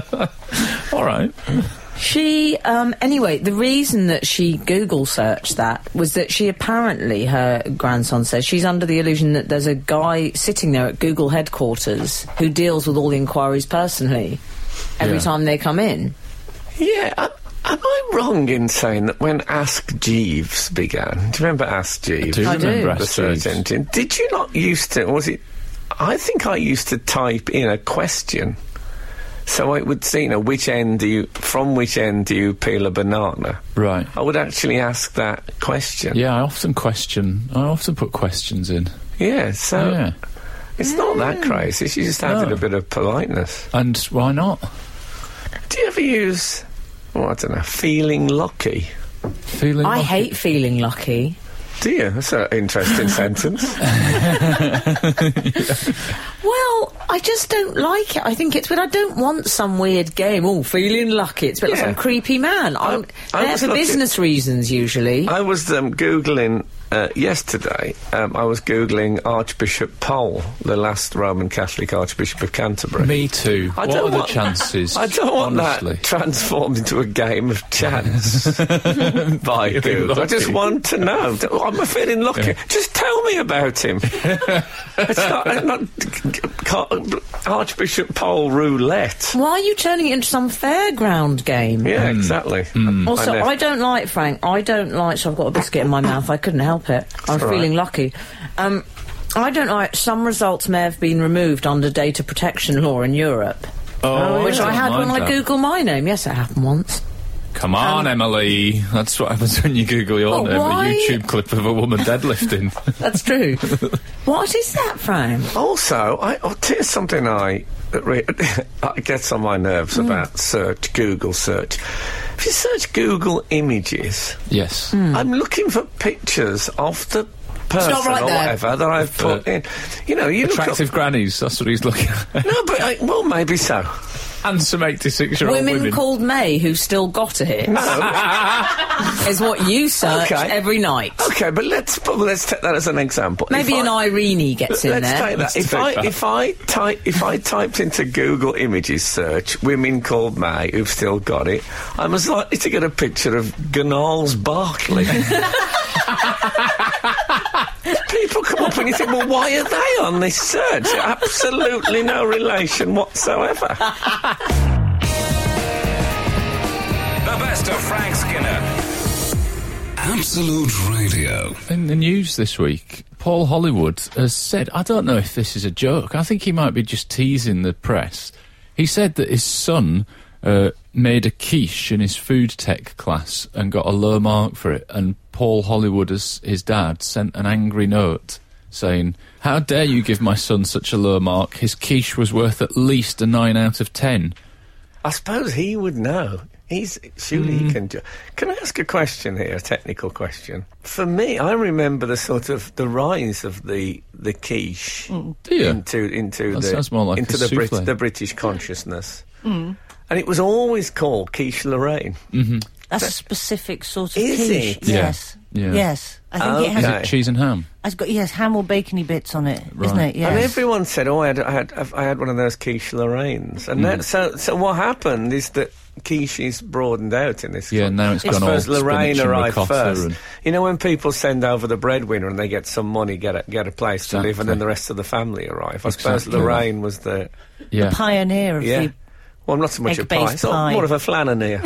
B: Hmm.
F: All right.
C: She, um, anyway, the reason that she Google searched that was that she apparently, her grandson says, she's under the illusion that there's a guy sitting there at Google headquarters who deals with all the inquiries personally every
F: Yeah.
C: time they come in.
B: Yeah, am, am I wrong in saying that when Ask Jeeves began, do you remember Ask Jeeves?
F: do
C: I do. remember
B: the
F: Ask
B: search
F: Jeeves.
B: engine. Did you not used to? Was it? I think I used to type in a question, so it would say, you know, which end do you from which end do you peel a banana?
F: Right.
B: I would actually ask that question.
F: Yeah, I often question. I often put questions in.
B: Yeah, so
F: Oh, Yeah.
B: it's not that
C: Mm.
B: crazy. She just added
F: No.
B: a bit of politeness.
F: And why not?
B: Do you ever use? Oh, I don't know. Feeling lucky.
F: Feeling.
C: I
F: lucky.
C: hate feeling lucky.
B: Do you? That's an interesting sentence.
C: Well, I just don't like it. I think it's, but I don't want some weird game. Oh, feeling lucky. It's a bit like
B: Yeah.
C: some creepy man. I'm,
B: I
C: there
B: was
C: for
B: lucky-
C: business reasons usually.
B: I was um, googling uh, yesterday. Um, I was googling Archbishop Pole, the last Roman Catholic Archbishop of Canterbury.
F: Me too.
B: I
F: what
B: don't
F: are the
B: want-
F: chances?
B: I don't want
F: honestly?
B: that transformed into a game of chance by Google. I just
F: lucky.
B: want to know. D- I'm feeling lucky. Just tell me about him. it's not, it's not g- g- Archbishop Pole roulette.
C: Why are you turning it into some fairground game?
B: Yeah,
F: Hmm.
B: exactly.
C: Also,
B: left-
C: I, don't like Frank. I don't like. So I've got a biscuit in my mouth. I couldn't help it. I'm
B: all right.
C: feeling lucky. Um, I don't like. Some results may have been removed under data protection law in Europe,
F: Oh,
C: which I
F: don't
C: had when
F: mind
C: I
F: that.
C: Google my name. Yes, it happened once.
F: Come on, Emily. That's what happens when you Google your
C: But
F: name.
C: why- Hmm.
F: A YouTube clip of a woman deadlifting.
C: That's true. what is that, Frank?
B: Also, I, oh, here's something I that re- I gets on my nerves
C: Hmm.
B: about search, Google search. If you search Google images,
F: yes.
B: I'm looking for pictures of the person
C: Hmm. not right
B: or
C: there.
B: whatever that I've put
F: uh,
B: in. You know, you
F: Attractive grannies. That's what he's looking at.
B: look up. No, but I, well, maybe so.
F: Handsome 86 year old
C: Women,
F: women.
C: called May who still got it is what you search
B: Okay.
C: every night.
B: Okay, but let's but let's take that as an example.
C: Maybe
B: If
C: an
B: I-
C: Irene gets in
B: Let's
C: there.
B: take that.
F: Let's
B: If
F: take
B: I
F: that.
B: if I type if I typed into Google Images search women called May who've still got it, I'm as likely to get a picture of Gnarls Barkley. People come up and you think, well, why are they on this search? Absolutely no relation whatsoever.
A: The best of Frank Skinner. Absolute Radio.
F: In the news this week, Paul Hollywood has said, I don't know if this is a joke. I think he might be just teasing the press. He said that his son uh, made a quiche in his food tech class and got a low mark for it. And Paul Hollywood, as his dad, sent an angry note saying, How dare you give my son such a low mark? His quiche was worth at least a 9 out of 10.
B: I suppose he would know. He's surely
F: Hmm.
B: he can. Ju- can I ask a question here? A technical question. For me, I remember the sort of the rise of the the quiche
F: Hmm. Do you?
B: into into
F: That
B: the
F: sounds more like
B: into
F: a
B: the, Brit-
F: souffle. Hmm.
B: the British consciousness. And it was always called quiche Lorraine.
G: That's a specific sort of
B: Is
G: quiche.
B: it?
F: Yeah.
G: Yes.
F: Yeah.
G: Yes. I think it has,
B: Okay.
F: Cheese and ham.
G: has got yes, ham or bacony bits on it, not
F: Right.
G: it? Yes.
B: And everyone said, "Oh, I had I had, I had one of those quiche Lorraines." And
F: Mm.
B: that, so so what happened is that quiche is broadened out in this.
F: Yeah,
B: country.
F: now it's
B: I
F: gone
B: suppose
F: all
B: Lorraine
F: spinach and
B: arrived
F: ricotta
B: first.
F: and-
B: You know when people send over the breadwinner and they get some money, get a, get a place to live, and then
F: Exactly.
B: the rest of the family arrive. I suppose
F: Exactly.
B: Lorraine was the
F: Yeah.
G: Pioneer of
B: yeah.
G: the
B: well, not so much a pie,
G: Egg-based
B: it's all-
G: pie.
B: more of a flananeer.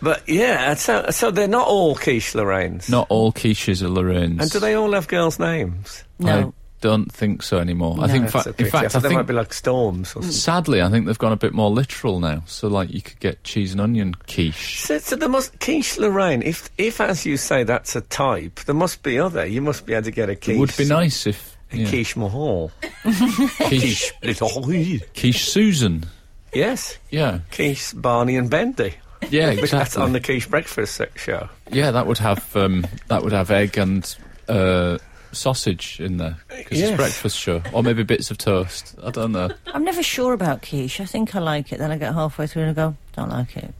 B: but yeah, so so they're not all quiche Lorraines.
F: Not all quiches are Lorraine's.
B: And do they all have girls' names?
G: no.
F: I don't think so anymore. I think, in
B: That's
F: fact,
B: a
F: in
B: pity.
F: fact, I
B: they might
F: think Mm.
B: be like storms or something.
F: sadly, I think they've gone a bit more literal now. So, like, you could get cheese and onion quiche.
B: So, so there must quiche Lorraine. If, if as you say, that's a type, there must be other. You must be able to get a quiche.
F: It would be nice if
B: A
F: yeah,
B: quiche Mahal.
F: quiche,
B: Little-
F: quiche Susan.
B: yes,
F: Yeah,
B: quiche Barney and Bendy.
F: yeah,
B: That's on the
F: exactly.
B: quiche breakfast se- show.
F: Yeah, that would have um, that would have egg and uh, sausage in there because
B: Yes.
F: it's breakfast show, or maybe bits of toast. I don't know.
G: I'm never sure about quiche. I think I like it. Then I get halfway through and I go, don't like it.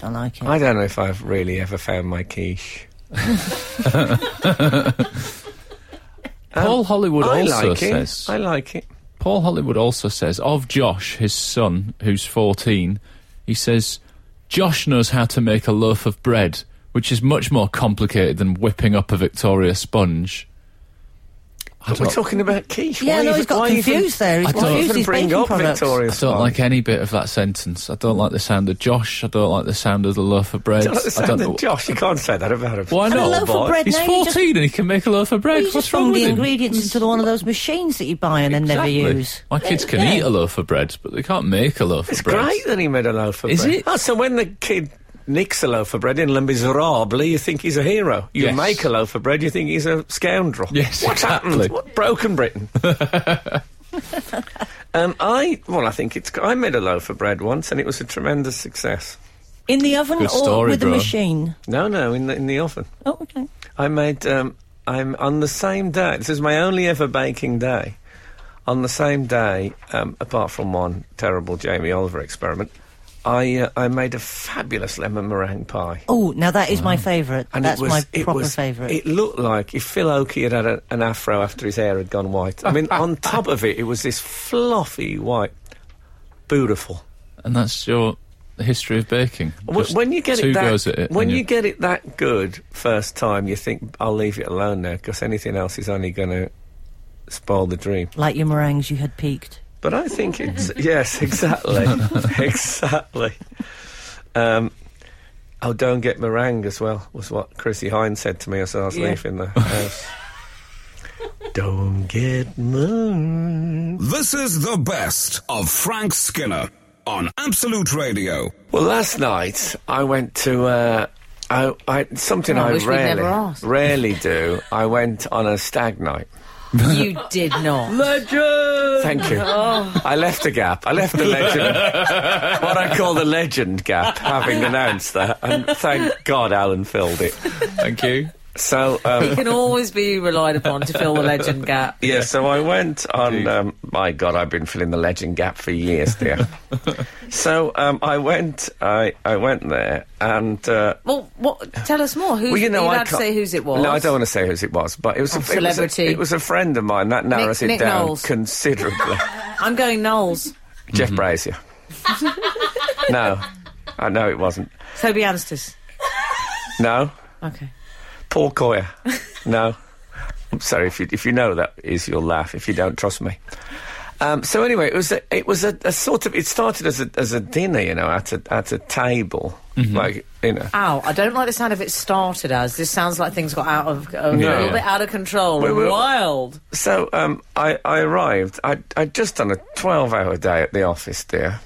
G: Don't like it.
B: I don't know if I've really ever found my quiche.
F: Paul Hollywood
B: Um, I
F: also
B: like it.
F: says
B: I like it.
F: Paul Hollywood also says of Josh, his son, who's 14, he says, Josh knows how to make a loaf of bread, which is much more complicated than whipping up a Victoria sponge. I
B: But we're
F: don't,
B: talking about quiche.
G: yeah,
B: why
G: no,
B: even,
G: he's got
B: why
G: confused there. He's
F: I
B: Even, why
F: don't-
G: confused
B: even
G: his
B: bring
G: baking
B: up
G: products.
B: Victoria
F: I don't
B: Sponge?
F: like any bit of that sentence. I don't like the sound of Josh. I don't like the sound of the loaf of bread.
B: Don't like the sound
F: know-
B: of Josh, you can't say that about him.
F: Why
G: And a
F: not?
G: loaf of bread,
F: He's
G: no, you
F: 14
G: just-
F: and he can make a loaf of bread.
G: You just
F: What's
G: throw
F: wrong
G: the
F: with him?
G: ingredients into one of those machines that you buy and then never
F: Exactly.
G: use.
F: My kids can eat a loaf of bread, but they can't make a loaf
B: It's
F: of bread.
B: great that he made a loaf of
F: Is
B: bread.
F: it?
B: Oh, so when the kid nicks a loaf of bread in Les Miserables, you think he's a hero. You
F: Yes.
B: make a loaf of bread, you think he's a scoundrel.
F: Yes,
B: What's
F: exactly.
B: happened? What, broken Britain. um, I well, I think it's. I made a loaf of bread once, and it was a tremendous success.
G: In the oven
F: Good
G: or
F: story,
G: with
F: bro.
G: the machine?
B: No, no, in the, in the oven.
G: Oh, okay.
B: I made. Um, I'm on the same day. This is my only ever baking day. On the same day, um, apart from one terrible Jamie Oliver experiment, I uh, I made a fabulous lemon meringue pie.
G: Oh, now that is my favourite.
B: Mm. And
G: That's
B: it was,
G: my
B: it
G: proper
B: was-
G: favourite.
B: It looked like if Phil Oakey had had a, an afro after his hair had gone white. I mean, on top of it, it was this fluffy white. Beautiful.
F: And that's your history of baking.
B: Wh-
F: Just
B: when you get
F: two
B: it that,
F: goes at it.
B: when
F: and
B: you, get it that good first time, you think I'll leave it alone now because anything else is only going to spoil the dream.
G: like your meringues, you had peaked.
B: But I think it's yes, exactly, exactly. Um, oh, don't get meringue as well was what Chrissy Hines said to me as I was leaving the house. don't get meringue.
A: This is the best of Frank Skinner on Absolute Radio.
B: Well, last night I went to uh, I, I, something
C: Oh, I
B: I,
C: wish we'd
B: rarely
C: never asked.
B: rarely do. I went on a stag night.
C: you did not.
B: Thank you.
C: Oh.
B: I left a gap. I left the legend, what I call the legend gap, having announced that. And thank God Alan filled it.
F: Thank you.
B: So, um,
C: You can always be relied upon to fill the legend gap.
B: yeah, so I went on. Um, my God, I've been filling the legend gap for years, dear. so um, I went. I, I went there, and uh,
C: Well, what? Tell us more. Who's,
B: Well, you know,
C: are you
B: I
C: allowed to
B: can't-
C: say whose it was?
B: No, I don't want to say whose it was, but it was
C: Oh,
B: a it was a-
C: celebrity.
B: It was, a friend of mine that narrows it
C: Nick
B: down
C: Knowles.
B: considerably.
C: I'm going Knowles.
B: Jeff Brazier. no, I know it wasn't.
C: Toby Anstis.
B: No,
C: Okay.
B: Paul Coyer. No, I'm sorry if you if you know who that is, you'll laugh. If you don't, trust me. Um, so anyway, it was a, it was a, a sort of it started as a as a dinner, you know, at a at a table, like you know.
C: Ow, I don't like the sound of it started as. This sounds like things got out of a
B: Yeah.
C: little bit out of control.
B: We will-
C: Wild.
B: So um, I, I arrived. I I just done a twelve hour day at the office, dear.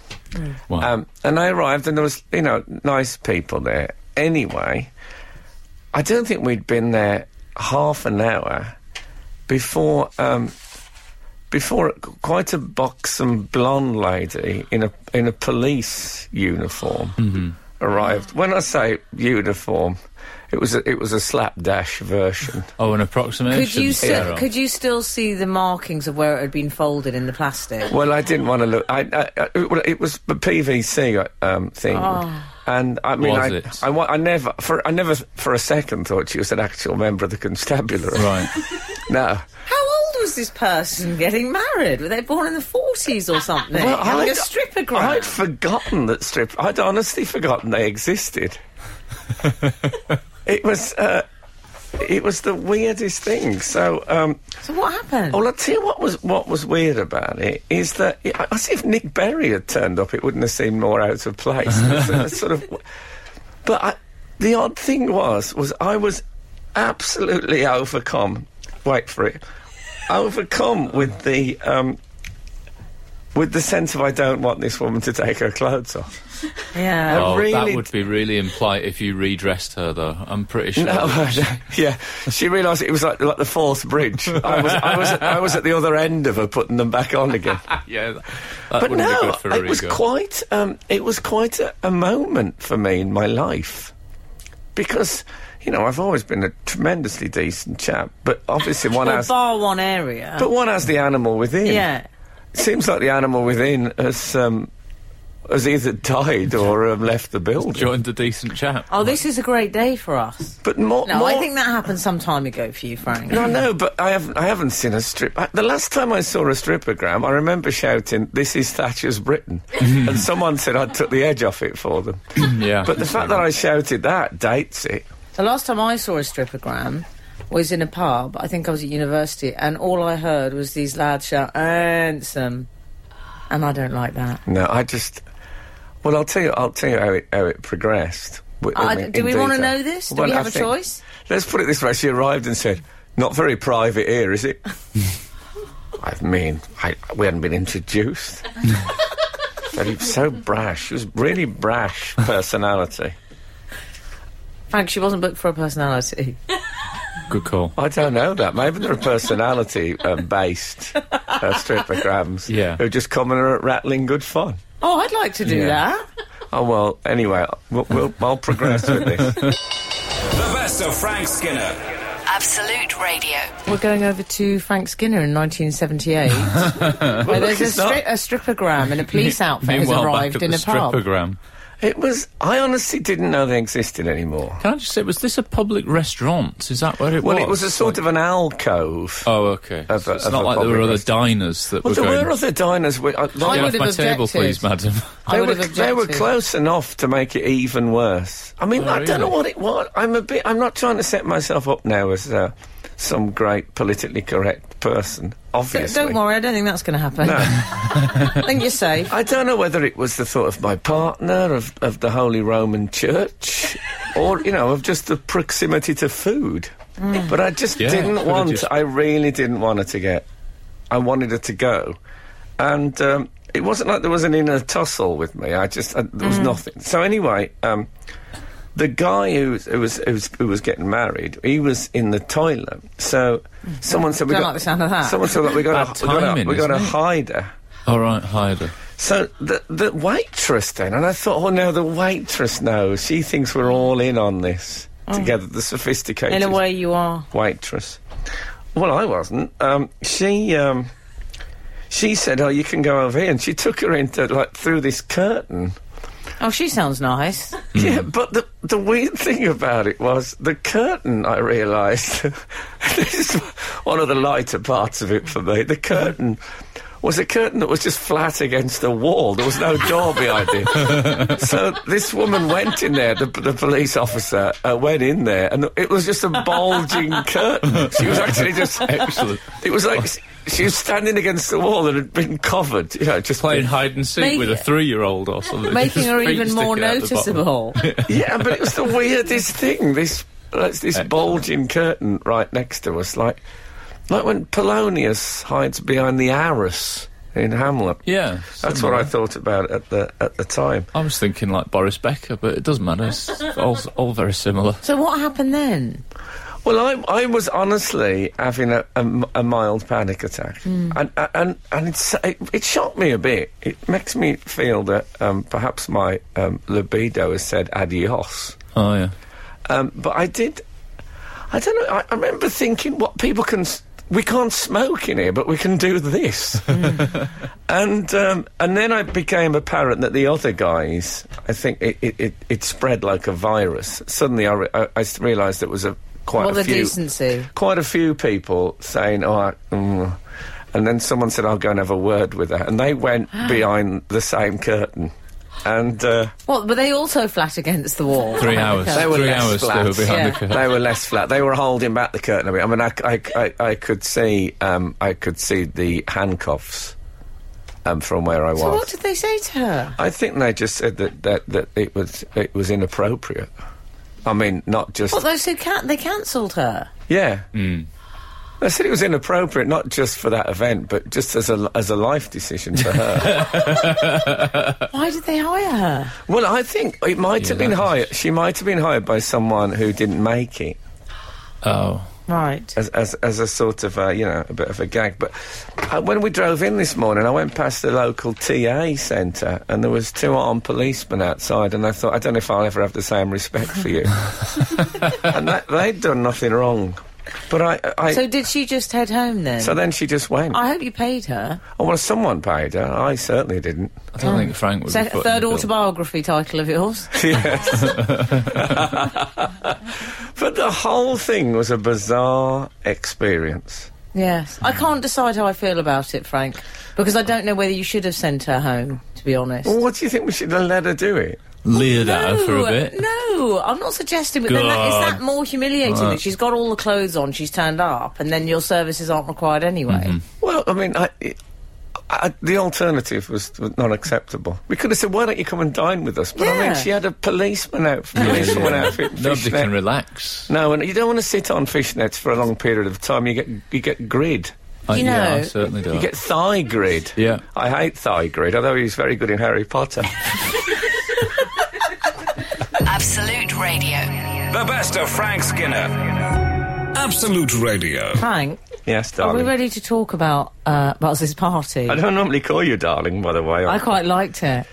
F: Wow.
B: Um, and I arrived, and there was you know nice people there. Anyway, I don't think we'd been there half an hour before um, before quite a buxom blonde lady in a in a police uniform arrived. When I say uniform, it was a, it was a slapdash version.
F: oh, an approximation.
C: Could you
F: Sarah.
C: still could you still see the markings of where it had been folded in the plastic?
B: Well, I didn't want to look. I, I, I, well, it was the PVC um, thing, and I mean,
F: Was
B: I,
F: it?
B: I, wa- I never, for I never for a second thought she was an actual member of the constabulary.
F: Right.
B: No,
C: How old was this person getting married? Were they born in the forties or something?
B: Well,
C: Having
B: I'd-
C: a stripper grab.
B: I'd forgotten that strip. I'd honestly forgotten they existed. it was. Uh, it was the weirdest thing. So, um,
C: So what happened?
B: well, I'll tell you what was what was weird about it is that I I see if Nick Berry had turned up, it wouldn't have seemed more out of place. It's a- a sort of, but I, the odd thing was was I was absolutely overcome. Wait for it, overcome with the um, with the sense of I don't want this woman to take her clothes off.
C: yeah.
F: Oh, that
B: really
F: would be really implied if you redressed her, though. I'm pretty sure.
B: No,
F: that-
B: yeah, she realised it was like like the fourth bridge. I was I was I was at the other end of her putting them back on again.
F: yeah, that, that
B: but
F: wouldn't
B: no,
F: be good for a
B: it was
F: rego.
B: quite um, it was quite a, a moment for me in my life because you know I've always been a tremendously decent chap, but obviously one
C: Well,
B: has
C: bar one area.
B: but one has the animal within.
C: yeah.
B: seems like the animal within has um, has either died or um, left the building.
F: Joined a decent chap.
C: Oh, this is a great day for us.
B: But more,
C: No,
B: more
C: I think that happened some time ago for you, Frank.
B: No, no, but I haven't. I haven't seen a strip. I, the last time I saw a strippogram, I remember shouting, "This is Thatcher's Britain," and someone said I took the edge off it for them.
F: Yeah.
B: But the fact that I shouted that dates it.
C: The last time I saw a strippogram was in a pub. I think I was at university, and all I heard was these lads shout "handsome," and I don't like that.
B: No, I just. Well, I'll tell you. I'll tell you how it how it progressed. wi-
C: Uh,
B: in-
C: do we
B: in
C: wanna
B: detail.
C: know this? Do we have
B: a
C: a choice?
B: Let's put it this way: She arrived and said, "Not very private here, is it?" I mean, I, we hadn't been introduced. But he was so brash. She was really brash personality.
C: Frank, she wasn't booked for a personality.
F: Good call.
B: I don't know that. Maybe they're personality uh, based uh, stripograms
F: Yeah.
B: who just come and are rattling good fun.
C: Oh, I'd like to do
F: Yeah.
C: that.
B: Oh well. Anyway, we'll, we'll, I'll progress with this.
A: The best of Frank Skinner.
E: Absolute Radio.
C: We're going over to Frank Skinner in 1978, where there's a,
B: it's not-
C: stri- a strippogram in a police outfit has
F: Meanwhile,
C: arrived
F: back at
C: in
F: the
C: a pub.
F: strippogram.
B: It was. I honestly didn't know they existed anymore.
F: Can I just say, was this a public restaurant? Is that where it was?
B: Well, it was a sort of an alcove.
F: Oh, okay.
B: Of a-
F: So it's
B: of
F: not
B: a
F: like there
B: public
F: were other
B: restaurant.
F: diners that
B: well,
F: were
B: there
F: going.
B: were other diners. With, uh,
C: I
F: Get
C: would
F: off
C: have
F: my table,
C: objected.
F: please, madam.
C: I
B: they
C: would
B: were,
C: have objected.
B: they were close enough to make it even worse. I mean,
F: Oh,
B: I don't know
F: really?
B: what it was. I'm a bit. I'm not trying to set myself up now as uh, some great politically correct person.
C: Don't-
B: Obviously,
C: Don't worry, I don't think that's going to happen. I think you're safe.
B: I don't know whether it was the thought of my partner, of, of the Holy Roman Church, or, you know, of just the proximity to food. But I just
F: Yeah, it
B: didn't
F: could've
B: want,
F: just-
B: I really didn't want her to get, I wanted her to go. And um, it wasn't like there was an inner tussle with me. I just I, there was nothing. So anyway, um, the guy who was, who was who was who was getting married, he was in the toilet. So someone said we
G: Don't
B: got
G: like the sound of that.
B: Someone said that we got
F: Bad
B: a, we got a,
F: timing,
B: we got a
F: isn't it?
B: hider.
F: All right, Hyder.
B: So the the waitress then, and I thought, oh no, the waitress knows. She thinks we're all in on this together. The sophisticated
G: Oh. In a way, you are.
B: waitress. Well, I wasn't. Um, she um, she said, "Oh, you can go over here," and she took her into like through this curtain.
G: Oh, she sounds nice.
B: Yeah, but the the weird thing about it was the curtain. I realised this is one of the lighter parts of it for me. The curtain. Was a curtain that was just flat against the wall. There was no door behind it. so this woman went in there. The, the police officer uh, went in there, and it was just a bulging curtain. She was actually just
F: Excellent.
B: It was like s- she was standing against the wall and had been covered. You know, just
F: Playing hide and seek
G: Make-
F: with a three-year-old or something.
G: Making
F: Just
G: her
F: feet
G: even
F: sticking
G: more
F: out the bottom.
G: noticeable.
B: yeah, but it was the weirdest thing. This uh, this
F: Excellent.
B: bulging curtain right next to us, like like when Polonius hides behind the arras in Hamlet.
F: Yeah,
B: That's
F: similar.
B: what I thought about at the at the time.
F: I was thinking like Boris Becker, but it doesn't matter. It's all, all very similar.
G: so what happened then?
B: Well, I I was honestly having a, a m- a mild panic attack,
F: Hmm.
B: and and and it's, it it shocked me a bit. It makes me feel that um, perhaps my um, libido has said adios.
F: Oh yeah.
B: Um, but I did. I don't know. I, I remember thinking, what people can. s- We can't smoke in here, but we can do this. and um, and then I became apparent that the other guys, I think it it, it, it spread like a virus. Suddenly, I, re- I, I s- realised it was a quite
G: What
B: a
G: the
B: few
G: decency.
B: quite a few people saying, "Oh," I, mm. and then someone said, "I'll go and have a word with her," and they went behind the same curtain, and. Uh,
G: What were they also flat against the wall?
F: Three hours.
G: Okay.
B: they were
F: Three
B: less
F: hours
B: flat.
F: they were behind
G: Yeah.
F: the curtain.
B: they were less flat. They were holding back the curtain a bit. I mean, I, I, I, I could see, um, I could see the handcuffs um, from where I was.
G: So what did they say to her?
B: I think they just said that, that, that it was it was inappropriate. I mean, not just
G: What those who can they cancelled her?
B: yeah.
F: Hmm.
B: I said it was inappropriate, not just for that event, but just as a as a life decision for her.
F: Uh,
G: Why did they hire her?
B: well, I think it might have been
F: that is-
B: hired. She might have been hired by someone who didn't make it.
F: Oh,
G: Right.
B: as, as, as a sort of a, you know a bit of a gag. But uh, when we drove in this morning, I went past the local TA centre, and there was two armed policemen outside, and I thought, I don't know if I'll ever have the same respect for you. and that, they'd done nothing wrong, but I, I
G: So
B: so,
G: did she just head home then?
B: then she just went.
G: I hope you paid her.
B: oh well, someone paid her. I certainly didn't.
F: I don't think Frank would. be
G: Sec-
F: footing
G: third
F: the bill.
G: autobiography title of yours.
B: yes. but the whole thing was a bizarre experience.
G: yes. I can't decide how I feel about it, Frank, because I don't know whether you should have sent her home. To be honest.
B: Well, what do you think we should have let her do it?
F: Leered at her for a bit.
G: uh, No, I'm not suggesting. But then that, is
F: God.
G: that more humiliating that she's got all the clothes on, she's turned up, and then your services aren't required anyway?
F: Mm-hmm.
B: Well, I mean, I, I, I, the alternative was, was not acceptable. We could have said, "Why don't you come and dine with us?" But I
G: Yeah.
B: mean, she had a policeman outfit, policeman outfit,
F: Nobody
B: fishnet.
F: can relax.
B: No, and you don't want to sit on fishnets for a long period of time. You get you get grid.
F: Uh,
G: You
F: yeah, I
G: know-
F: certainly do.
B: You get thigh grid.
F: Yeah.
B: I hate thigh grid, although he's very good in Harry Potter.
E: Absolute Radio.
A: The best of Frank Skinner. Absolute Radio.
G: Frank,
B: yes,
G: are we
B: darling.
G: ready to talk about uh, about this party?
B: I don't normally call you darling, by the way.
G: I quite liked it.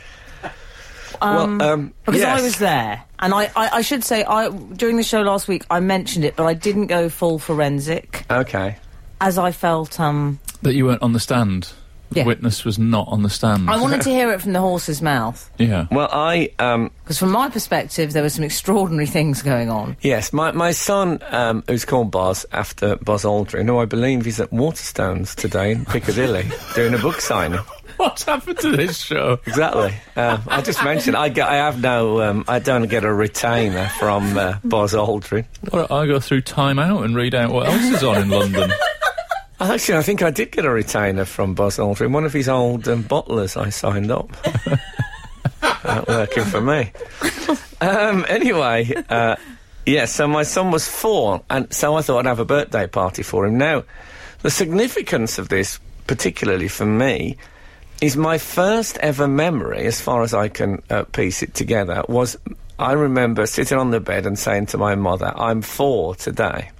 G: Um,
B: well, um,
G: because
B: yes.
G: I was there, and I, I, I should say, I during the show last week I mentioned it, but I didn't go full forensic
B: Okay.
G: as I felt. Um,
F: that you weren't on the stand. The
G: Yeah.
F: witness was not on the stand.
G: I wanted to hear it from the horse's mouth
F: yeah.
B: Well, I um,
G: because, from my perspective, there were some extraordinary things going on.
B: Yes, my, my son, um, who's called Buzz after Buzz Aldrin, who I believe is at Waterstones today in Piccadilly doing a book signing.
F: What's happened to this show?
B: Exactly. Um, I just mentioned I, get, I have no, um, I don't get a retainer from uh, Buzz Aldrin.
F: Well, I go through time out and read out what else is on in London.
B: Actually, I think I did get a retainer from Buzz Aldrin. One of his old um, bottlers I signed up. Not working for me. Um, anyway, uh, yeah, so my son was four, and so I thought I'd have a birthday party for him. Now, the significance of this, particularly for me, is my first ever memory, as far as I can uh, piece it together, was I remember sitting on the bed and saying to my mother, "I'm four today."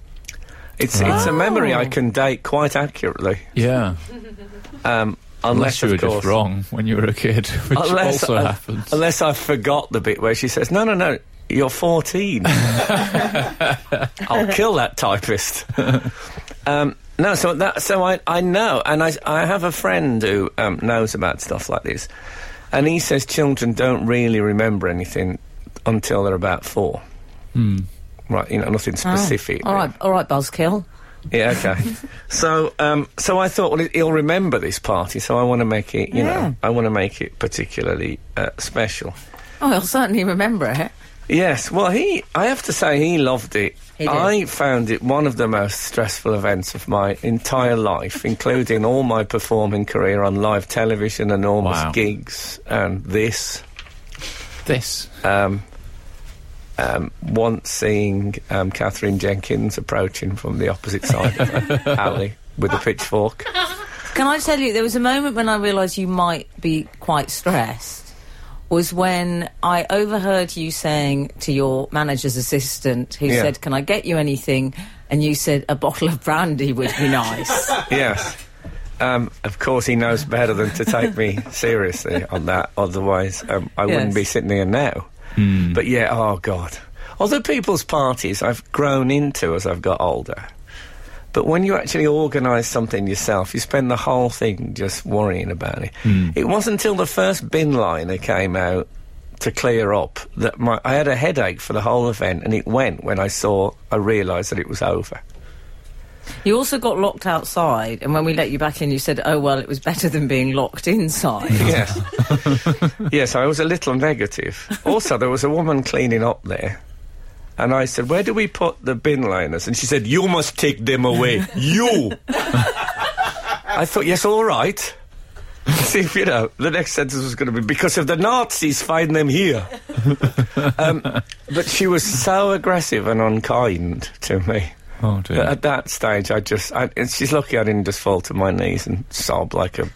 B: It's it's a memory I can date quite accurately,
F: Yeah.
B: um, unless,
F: Unless you were
B: of course,
F: just wrong when you were a kid, which
B: Unless,
F: also
B: uh,
F: happens.
B: Unless I forgot the bit where she says, "No, no, no, you're 14." I'll kill that typist. um, no, so that so I I know, and I I have a friend who um, knows about stuff like this, and he says children don't really remember anything until they're about four.
F: Hmm.
B: Right, you know, nothing specific.
C: Oh. All right, all right, Buzzkill.
B: Yeah, okay. so, um, so I thought, well, he'll remember this party, so I want to make it, you
C: Yeah.
B: know, I want to make it particularly uh, special.
C: Oh, he'll certainly remember it.
B: Yes, well, he, I have to say, he loved it.
C: He did.
B: I found it one of the most stressful events of my entire life, including all my performing career on live television, enormous
F: Wow.
B: gigs, and this.
F: this.
B: Um, um, once seeing um, Catherine Jenkins approaching from the opposite side of the alley with a pitchfork.
C: Can I tell you, there was a moment when I realised you might be quite stressed. Was when I overheard you saying to your manager's assistant, who
B: Yeah.
C: said, "Can I get you anything?" and you said, "A bottle of brandy would be nice."
B: yes. Um, of course, he knows better than to take me seriously on that. Otherwise, um, I
C: Yes.
B: wouldn't be sitting here now. But yeah, oh god. Other people's parties I've grown into as I've got older. But when you actually organise something yourself, you spend the whole thing just worrying about it. It wasn't until the first bin liner came out to clear up that my, I had a headache for the whole event, and it went when I saw, I realised that it was over.
C: you also got locked outside, and when we let you back in, you said, "Oh well, it was better than being locked inside."
B: yes. yes, I was a little negative. Also, there was a woman cleaning up there. And I said, Where do we put the bin liners? And she said, You must take them away. you! I thought, Yes, all right. See if you know, the next sentence was going to be because if the Nazis find them here. um, but she was so aggressive and unkind to me.
F: Oh
B: But uh,
F: dear.
B: at that stage, I just. I, and she's lucky I didn't just fall to my knees and sob like a.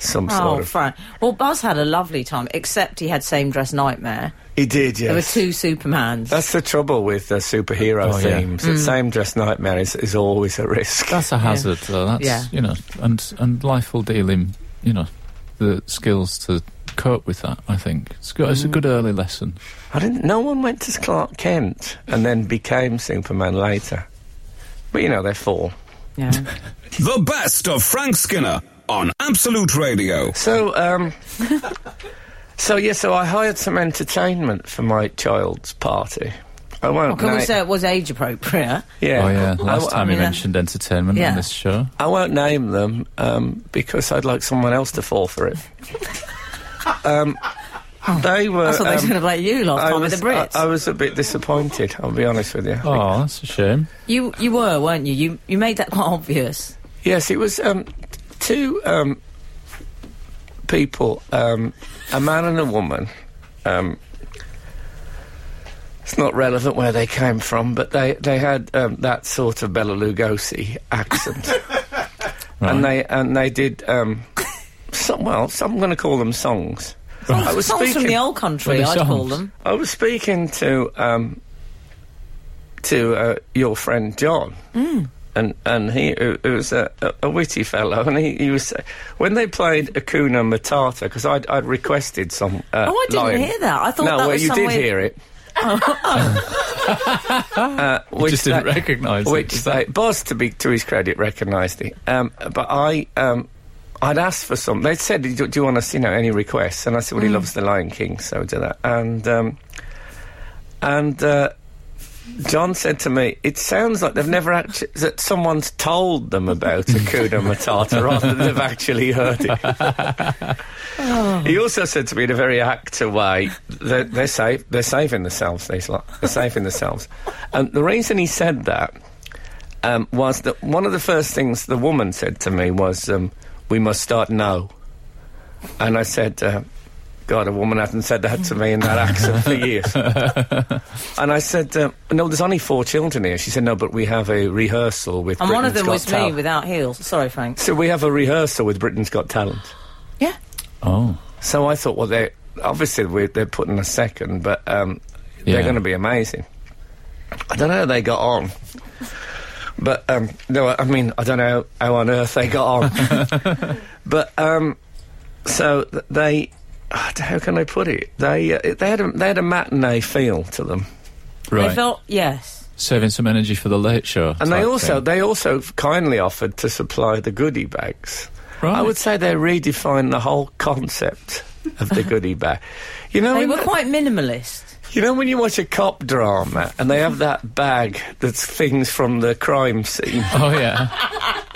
B: Some sort
C: Oh,
B: of.
C: fine. Well, Buzz had a lovely time, except he had same dress nightmare.
B: He did, yes.
C: There were two Supermans.
B: That's the trouble with the superhero
F: Oh, yeah.
B: themes. The same dress nightmare is, is always a risk.
F: That's a hazard, though. That's
C: Yeah.
F: you know, and and life will deal him, you know, the skills to cope with that. I think it's good. It's a
B: Mm.
F: good early lesson.
B: I didn't. No one went to Clark Kent and then became Superman later. But you know they fall.
C: yeah.
A: The best of Frank Skinner on Absolute Radio.
B: So um, so yeah. So I hired some entertainment for my child's party. I won't.
C: Well, can we
B: na-
C: say it was age appropriate?
B: Yeah.
F: Oh yeah.
B: I w-
F: Last time
C: I
F: you
C: mean, uh,
F: mentioned entertainment
C: yeah.
F: on this show.
B: I won't name them um, because I'd like someone else to fall for it. um, they were.
C: I thought they
B: um,
C: were going to play you last
B: I
C: time
B: was,
C: with the Brits.
B: I, I was a bit disappointed. I'll be honest with you.
F: Oh, that's a shame.
C: you you were, weren't you? You you made that quite obvious.
B: Yes, it was um, two um, people, um, a man and a woman. Um, it's not relevant where they came from, but they, they had um, that sort of Bela Lugosi accent, and they and they did um, some well, some I'm going to call them songs. I was
C: Oh, Songs from
B: speaking-
C: the old country,
F: Were they
C: I'd call
F: songs?
C: them.
B: I was speaking to um, to uh, your friend John,
C: Mm.
B: and and he who- who was a, a, a witty fellow, and he, he was sa- when they played Akuna Matata because I'd, I'd requested some. Uh,
C: Oh, I didn't
B: line.
C: hear that. I thought
B: no,
C: that
B: well,
C: was
B: you
C: somewhere-
B: did hear it.
C: Oh.
B: uh, which
F: Just didn't
B: they-
F: recognise it.
B: which
F: Is
B: they,
F: that-
B: Buzz, to be to his credit, recognised it. Um, but I, um, I'd asked for some. They said, "Do, do you want us, you know, any requests?" And I said, "Well, he loves the Lion King, so do that." And um, and uh, John said to me, "It sounds like they've never actually that someone's told them about Hakuna Matata rather than they've actually heard it." He also said to me in a very actor way, they're, they're, safe, they're saving themselves, these lot. They're saving themselves. And the reason he said that um, was that one of the first things the woman said to me was, um, We must start now. And I said, uh, God, a woman hasn't said that to me in that accent for years. and I said, uh, No, there's only four children here. She said, No, but we have a rehearsal with
C: And one of
B: Britain's
C: them
B: Got
C: was me
B: Talent."
C: without heels. Sorry, Frank.
B: So we have a rehearsal with Britain's Got Talent.
G: Yeah.
F: Oh.
B: So I thought, well, they obviously we they're putting a second, but um,
F: Yeah.
B: they're going to be amazing. I don't know how they got on, but um, no, I mean I don't know how on earth they got on, but um, so th- they. ah, How can I put it? They uh, they had a, they had a matinee feel to them,
G: They
F: Right.
G: felt yes.
F: Saving some energy for the late show.
B: and they
F: type
B: also
F: thing.
B: they also kindly offered to supply the goodie bags. I
F: Right.
B: would say they redefined the whole concept of the goodie bag. You know,
G: They
B: in
G: were
B: the-
G: quite minimalist.
B: You know when you watch a cop drama and they have that bag that's things from the crime scene.
F: Oh yeah,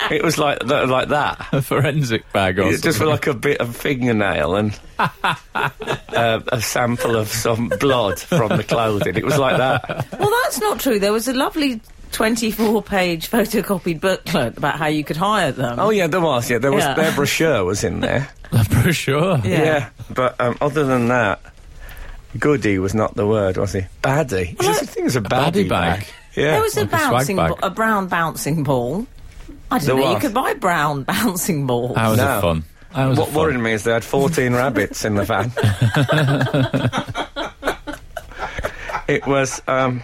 B: It was like th- like that.
F: a forensic bag or
B: It just
F: something.
B: was like a bit of fingernail and uh, a sample of some blood from the clothing. It was like that.
G: Well, that's not true. There was a lovely 24-page photocopied booklet about how you could hire them.
B: Oh yeah, there was. Yeah, there was.
G: Yeah.
B: Their brochure was in there.
F: for sure.
B: Yeah, but um, other than that, goody was not the word, was he? Baddie. I think it's a baddie,
F: baddie bag.
B: Yeah.
G: There was a
F: Like a swag
G: bouncing,
F: bag.
G: ball, a brown bouncing ball. I didn't
B: There
G: know you
B: was.
G: could buy brown bouncing balls.
F: Hours
B: No.
F: of fun. Hours
B: What
F: of
B: worried
F: fun.
B: me is they had 14 rabbits in the van. it was, um,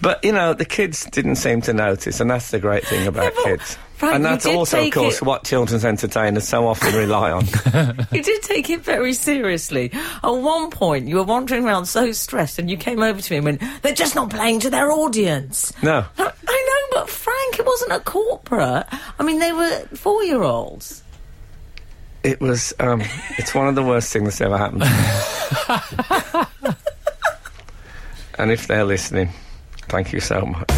B: but you know, the kids didn't seem to notice, and that's the great thing about
G: but,
B: kids.
G: Frank,
B: and
G: you
B: that's
G: did
B: also, of
G: take
B: course,
G: it-
B: what children's entertainers so often rely on.
G: You did take it very seriously. At one point, you were wandering around so stressed, and you came over to me and went, "They're just not playing to their audience."
B: No.
G: I, I know, but Frank, it wasn't a corporate. I mean, they were four-year-olds.
B: It was, um, it's one of the worst things that's ever happened. and if they're listening, thank you so much.
A: The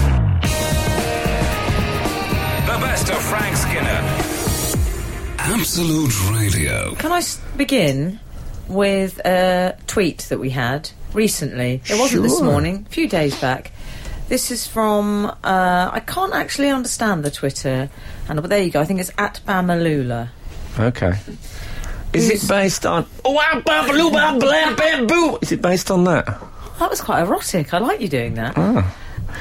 A: best of Frank Skinner. Absolute Radio.
G: Can I s- begin with a tweet that we had recently? It wasn't this
B: Sure.
G: morning, a few days back. This is from, uh, I can't actually understand the Twitter handle, but there you go. I think it's at Bamalula.
B: Okay. Is it based on? Oh, ah, bah, blue, bah, blah, bah, boo. Is it based on that?
G: That was quite erotic. I like you doing that.
B: Ah.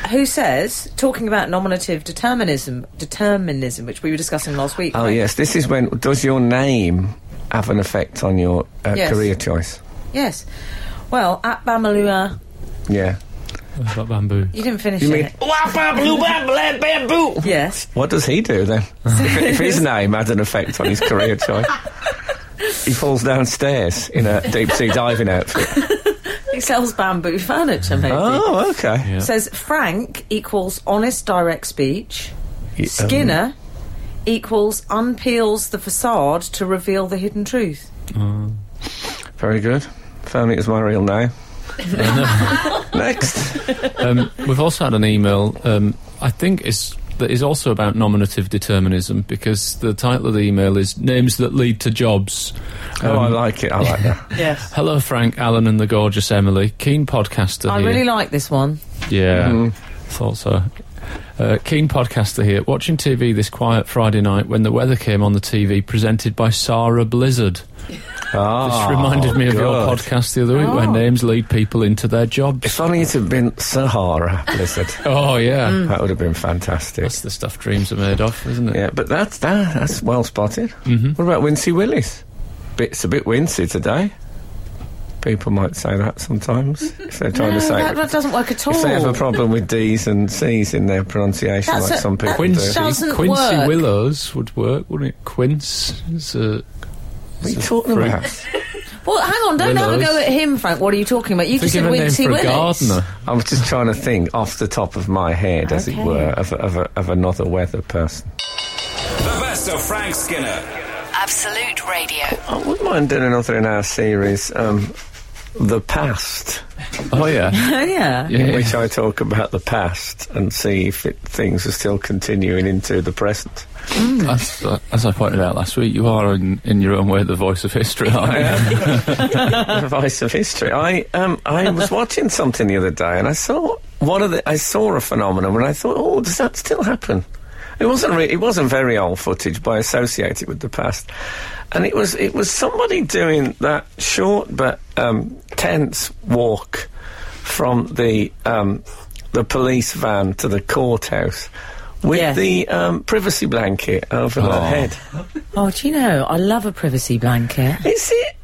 G: Who says, talking about nominative determinism, determinism, which we were discussing last week.
B: Oh
G: right?
B: yes, this is when does your name have an effect on your uh,
G: Yes.
B: career choice?
G: Yes. Well, at Bamalula,
B: Yeah.
F: What about bamboo?
G: you didn't finish
B: You
G: it.
B: mean? Oh, ah, bah, blue, bah, blah, bah, boo.
G: yes.
B: What does he do then? if, if his name had an effect on his career choice, he falls downstairs in a deep sea diving outfit.
G: He sells bamboo furniture, maybe.
B: Oh, okay.
F: Yeah.
G: Says Frank equals honest direct speech.
B: Y- um,
G: Skinner equals unpeels the facade to reveal the hidden truth.
B: very good. Found it was my real name. Next.
F: um, we've also had an email. Um, I think is that is also about nominative determinism because the title of the email is "Names that Lead to Jobs."
B: Oh, I
F: Um,
B: like it. I like that.
G: Yes.
F: Hello, Frank, Alan, and the gorgeous Emily. Keen podcaster.
G: I
F: here.
G: really like this one.
F: Yeah,
B: Mm-hmm.
F: thought so. Uh, keen podcaster here, watching TV this quiet Friday night when the weather came on the TV, presented by Sarah Blizzard. This
B: Oh,
F: reminded me of your
B: good.
F: podcast the other week, where
G: Oh.
F: names lead people into their jobs.
B: If only it had been Sahara Blizzard,
F: Oh yeah,
G: Mm.
B: that would have been fantastic.
F: that's the stuff dreams are made of, isn't it?
B: Yeah, but that's that, that's well spotted.
G: Mm-hmm.
B: What about Wincy Willis? Bit, it's a bit wincy today. People might say that sometimes if they're trying
G: No,
B: to say
G: that, that doesn't work at all.
B: if they have a problem with D's and C's in their pronunciation,
G: That's
B: like
G: a-
B: some people
F: Quincy,
B: do.
G: Doesn't
F: Quincy
G: work.
F: Willows would work, wouldn't it? Quince is
B: What
F: a
B: are you talking
F: fruit.
B: about?
G: Well, hang on, don't have a
F: Willows.
G: go at him, Frank. What are you talking about? You just
F: think of
G: said
F: a name
G: Wincy
F: for a
G: Willis.
F: gardener.
B: I was just trying to think off the top of my head, as it
G: Okay.
B: were, of, of, of another weather person.
A: The best of Frank Skinner.
E: Absolute Radio.
B: I wouldn't mind doing another in our series, um, The Past.
F: Oh yeah,
G: Oh, yeah.
F: yeah.
B: in which I talk about the past and see if it, things are still continuing into the present.
F: As, uh, as I pointed out last week, you are in, in your own way the voice of history, aren't you?
B: the vice of history. I um I was watching something the other day and I saw one of the I saw a phenomenon and I thought, oh, does that still happen? It wasn't re- it wasn't very old footage, but I associate it with the past. And it was it was somebody doing that short but um, tense walk from the um, the police van to the courthouse with
C: Yeah.
B: the um, privacy blanket over
F: Oh.
B: her head.
C: Oh, do you know? I love a privacy blanket.
B: Is it?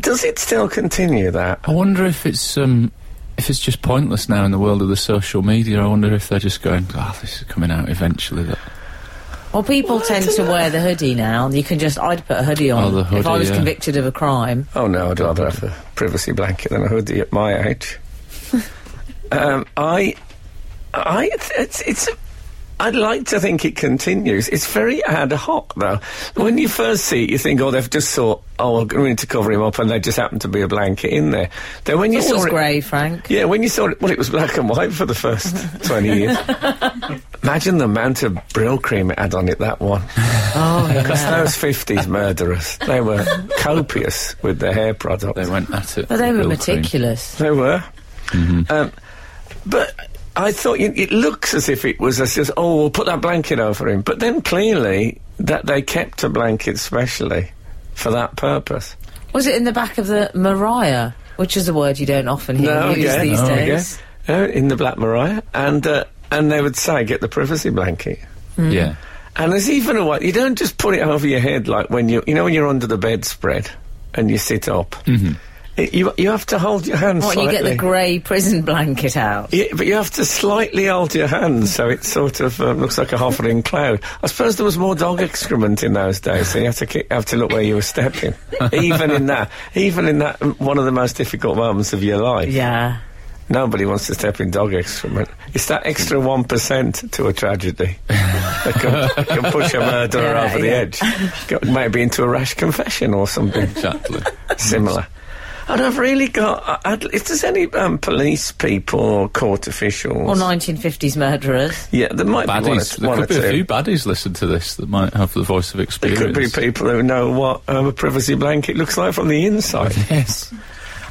B: Does it still continue that?
F: I wonder if it's um, if it's just pointless now in the world of the social media. I wonder if they're just going, "Ah, this is coming out eventually." That
C: Well, people tend to wear the hoodie now. You can just, I'd put a hoodie on
F: Oh, the
C: if I
F: hoodie,
C: was
F: yeah.
C: convicted of a crime.
B: Oh no, I'd rather have a privacy blanket than a hoodie at my age. um, I, I, it's, it's, it's. I'd like to think it continues. It's very ad hoc, though. When you first see it, you think, oh, they've just thought, oh, we need to cover him up, and there just happened to be a blanket in there. Then when you
C: It
B: saw
C: was
B: it,
C: grey, Frank.
B: Yeah, when you saw it, well, it was black and white for the first 20 years. Imagine the amount of Brill cream it had on it, that one.
C: Oh,
B: Because
C: yeah.
B: those 50s murderers, they were copious with their hair products.
F: they went at it.
C: But they were
F: Real cream.
C: meticulous.
B: They were. Um, but I thought you, it looks as if it was as just, oh, we'll put that blanket over him. But then clearly that they kept a blanket specially for that purpose.
C: Was it in the back of the Mariah, which is a word you don't often hear
B: No,
C: used
B: again.
C: these
B: No,
C: days?
B: Uh, in the Black Mariah. And, uh, and they would say, get the privacy blanket.
F: Yeah.
B: And there's even a way you don't just put it over your head like when you you know when you're under the bedspread and you sit up. Mm-hmm. you you have to hold your hands
C: What, you
B: slightly.
C: get the grey prison blanket out?
B: Yeah, but you have to slightly hold your hands so it sort of um, looks like a hovering cloud. I suppose there was more dog excrement in those days, so you have to ki have to look where you were stepping. even in that, even in that, um, one of the most difficult moments of your life.
C: Yeah.
B: Nobody wants to step in dog excrement. It's that extra 1% to a tragedy that can, can push a murderer
C: Yeah,
B: over the
C: yeah.
B: edge. Go- Maybe into a rash confession or something
F: Exactly.
B: similar. And I've really got. I- I'd, if there's any um, police people or court officials.
C: Or 1950s murderers.
B: Yeah, there might be one or,
F: baddies.
B: t-
F: There
B: one or
F: could be
B: two.
F: a few baddies listen to this that might have the voice of
B: There could
F: experience.
B: be people who know what um, a privacy blanket looks like from the inside.
F: Yes.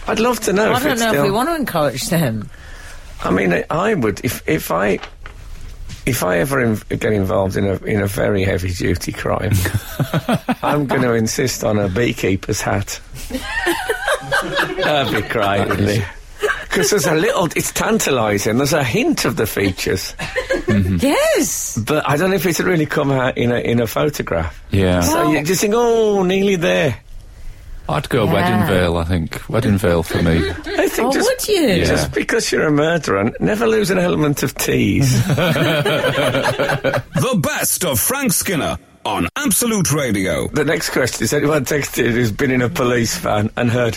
B: I'd love to know.
C: I
B: if
C: don't
B: it's
C: know
B: still...
C: if we want to encourage them.
B: I mean, I- I would if if I if I ever in, get involved in a in a very heavy duty crime, I'm going to insist on a beekeeper's hat. That'd be great, wouldn't it? Because there's a little, it's tantalising. There's a hint of the features, Hmm.
C: Yes!
B: but I don't know if it's really come out in a in a photograph.
F: Yeah.
B: So you just think, oh, nearly there.
F: I'd go
C: Yeah.
F: Wedding Veil, I think. Wedding Veil for me.
B: I think
C: Oh,
B: just,
C: would you?
F: Yeah.
B: Just because you're a murderer, never lose an element of tease.
A: The best of Frank Skinner on Absolute Radio.
B: The next question is anyone texted who's been in a police van and heard.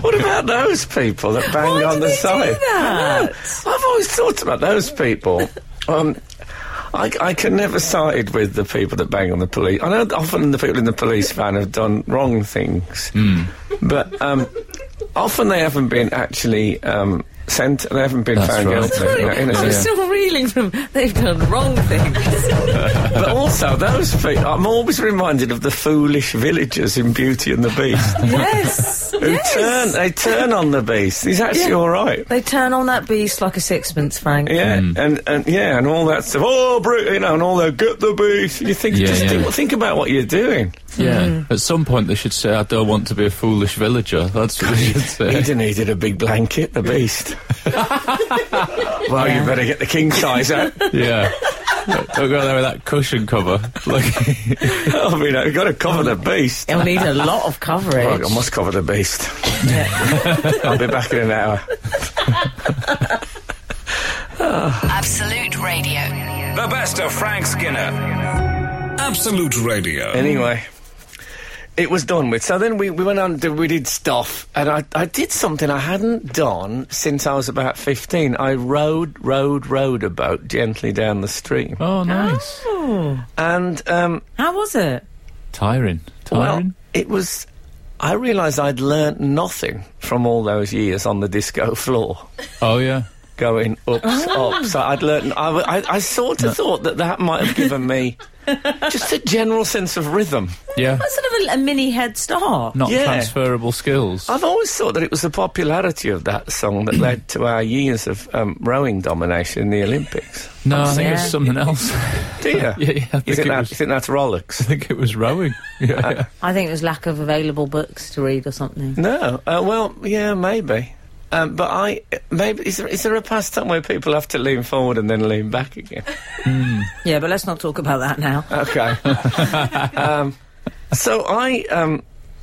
B: what about those people that bang
C: Why
B: on
C: do
B: the
C: they do
B: side?
C: that?
B: I know. I've always thought about those people. Um, I, I can never sided with the people that bang on the police. I know often the people in the police van have done wrong things,
F: Hmm.
B: but um, often they haven't been actually um, sent. They haven't been
F: That's
B: found
F: right.
B: guilty. you know,
C: I'm
B: innocent.
C: still reeling from they've done wrong things.
B: But also, those people, I'm always reminded of the foolish villagers in Beauty and the Beast
C: yes!
B: who turn, they turn on the beast. He's actually
C: Yeah.
B: all right.
C: They turn on that beast like a sixpence, Frank.
B: Yeah,
F: Hmm.
B: and, and yeah, and all that stuff. Oh, Brit, you know, and all that. Get the beast. You think,
F: Yeah,
B: just
F: yeah.
B: Think, think about what you're doing.
F: Yeah. At some point, they should say, I don't want to be a foolish villager. That's what they should say.
B: He'd needed a big blanket, the beast. well, you better get the king size out.
F: yeah. Don't go there with that cushion cover. Look.
B: I mean, I've got to cover the beast.
C: It'll need a lot of coverage.
B: Right, I must cover the beast. I'll be back in an hour.
E: Absolute Radio.
A: The best of Frank Skinner. Absolute Radio.
B: Anyway, it was done with. So then we, we went on, did- we did stuff, and I, I did something I hadn't done since I was about 15. I rowed, rowed, rowed a boat gently down the stream.
F: Oh, nice.
B: And, um,
C: How was it?
F: Tiring.
B: well,
F: Tiring?
B: it was. I realised I'd learnt nothing from all those years on the disco floor.
F: oh, yeah.
B: going ups,
F: Ah.
B: ups. I- I'd learnt. I, w- I- I sort of thought that that might have given me just a general sense of rhythm.
F: Yeah.
C: That's sort of a, a mini head start.
F: Not
B: Yeah. Oh,
F: transferable skills.
B: I've always thought that it was the popularity of that song that led to our years of um, rowing domination in the Olympics.
F: no, I think it
C: Yeah.
F: was something else.
B: Do you? yeah,
F: yeah, I
B: you,
F: think
B: think
F: it
B: that,
F: was-
B: you think that's Rolex?
F: I think it was rowing. Yeah.
C: I think it was lack of available books to read or something.
B: No. Uh, well, yeah, maybe. Um, but I maybe is there, is there a pastime where people have to lean forward and then lean back again?
C: Yeah, but let's not talk about that now.
B: Okay. um, so I, um,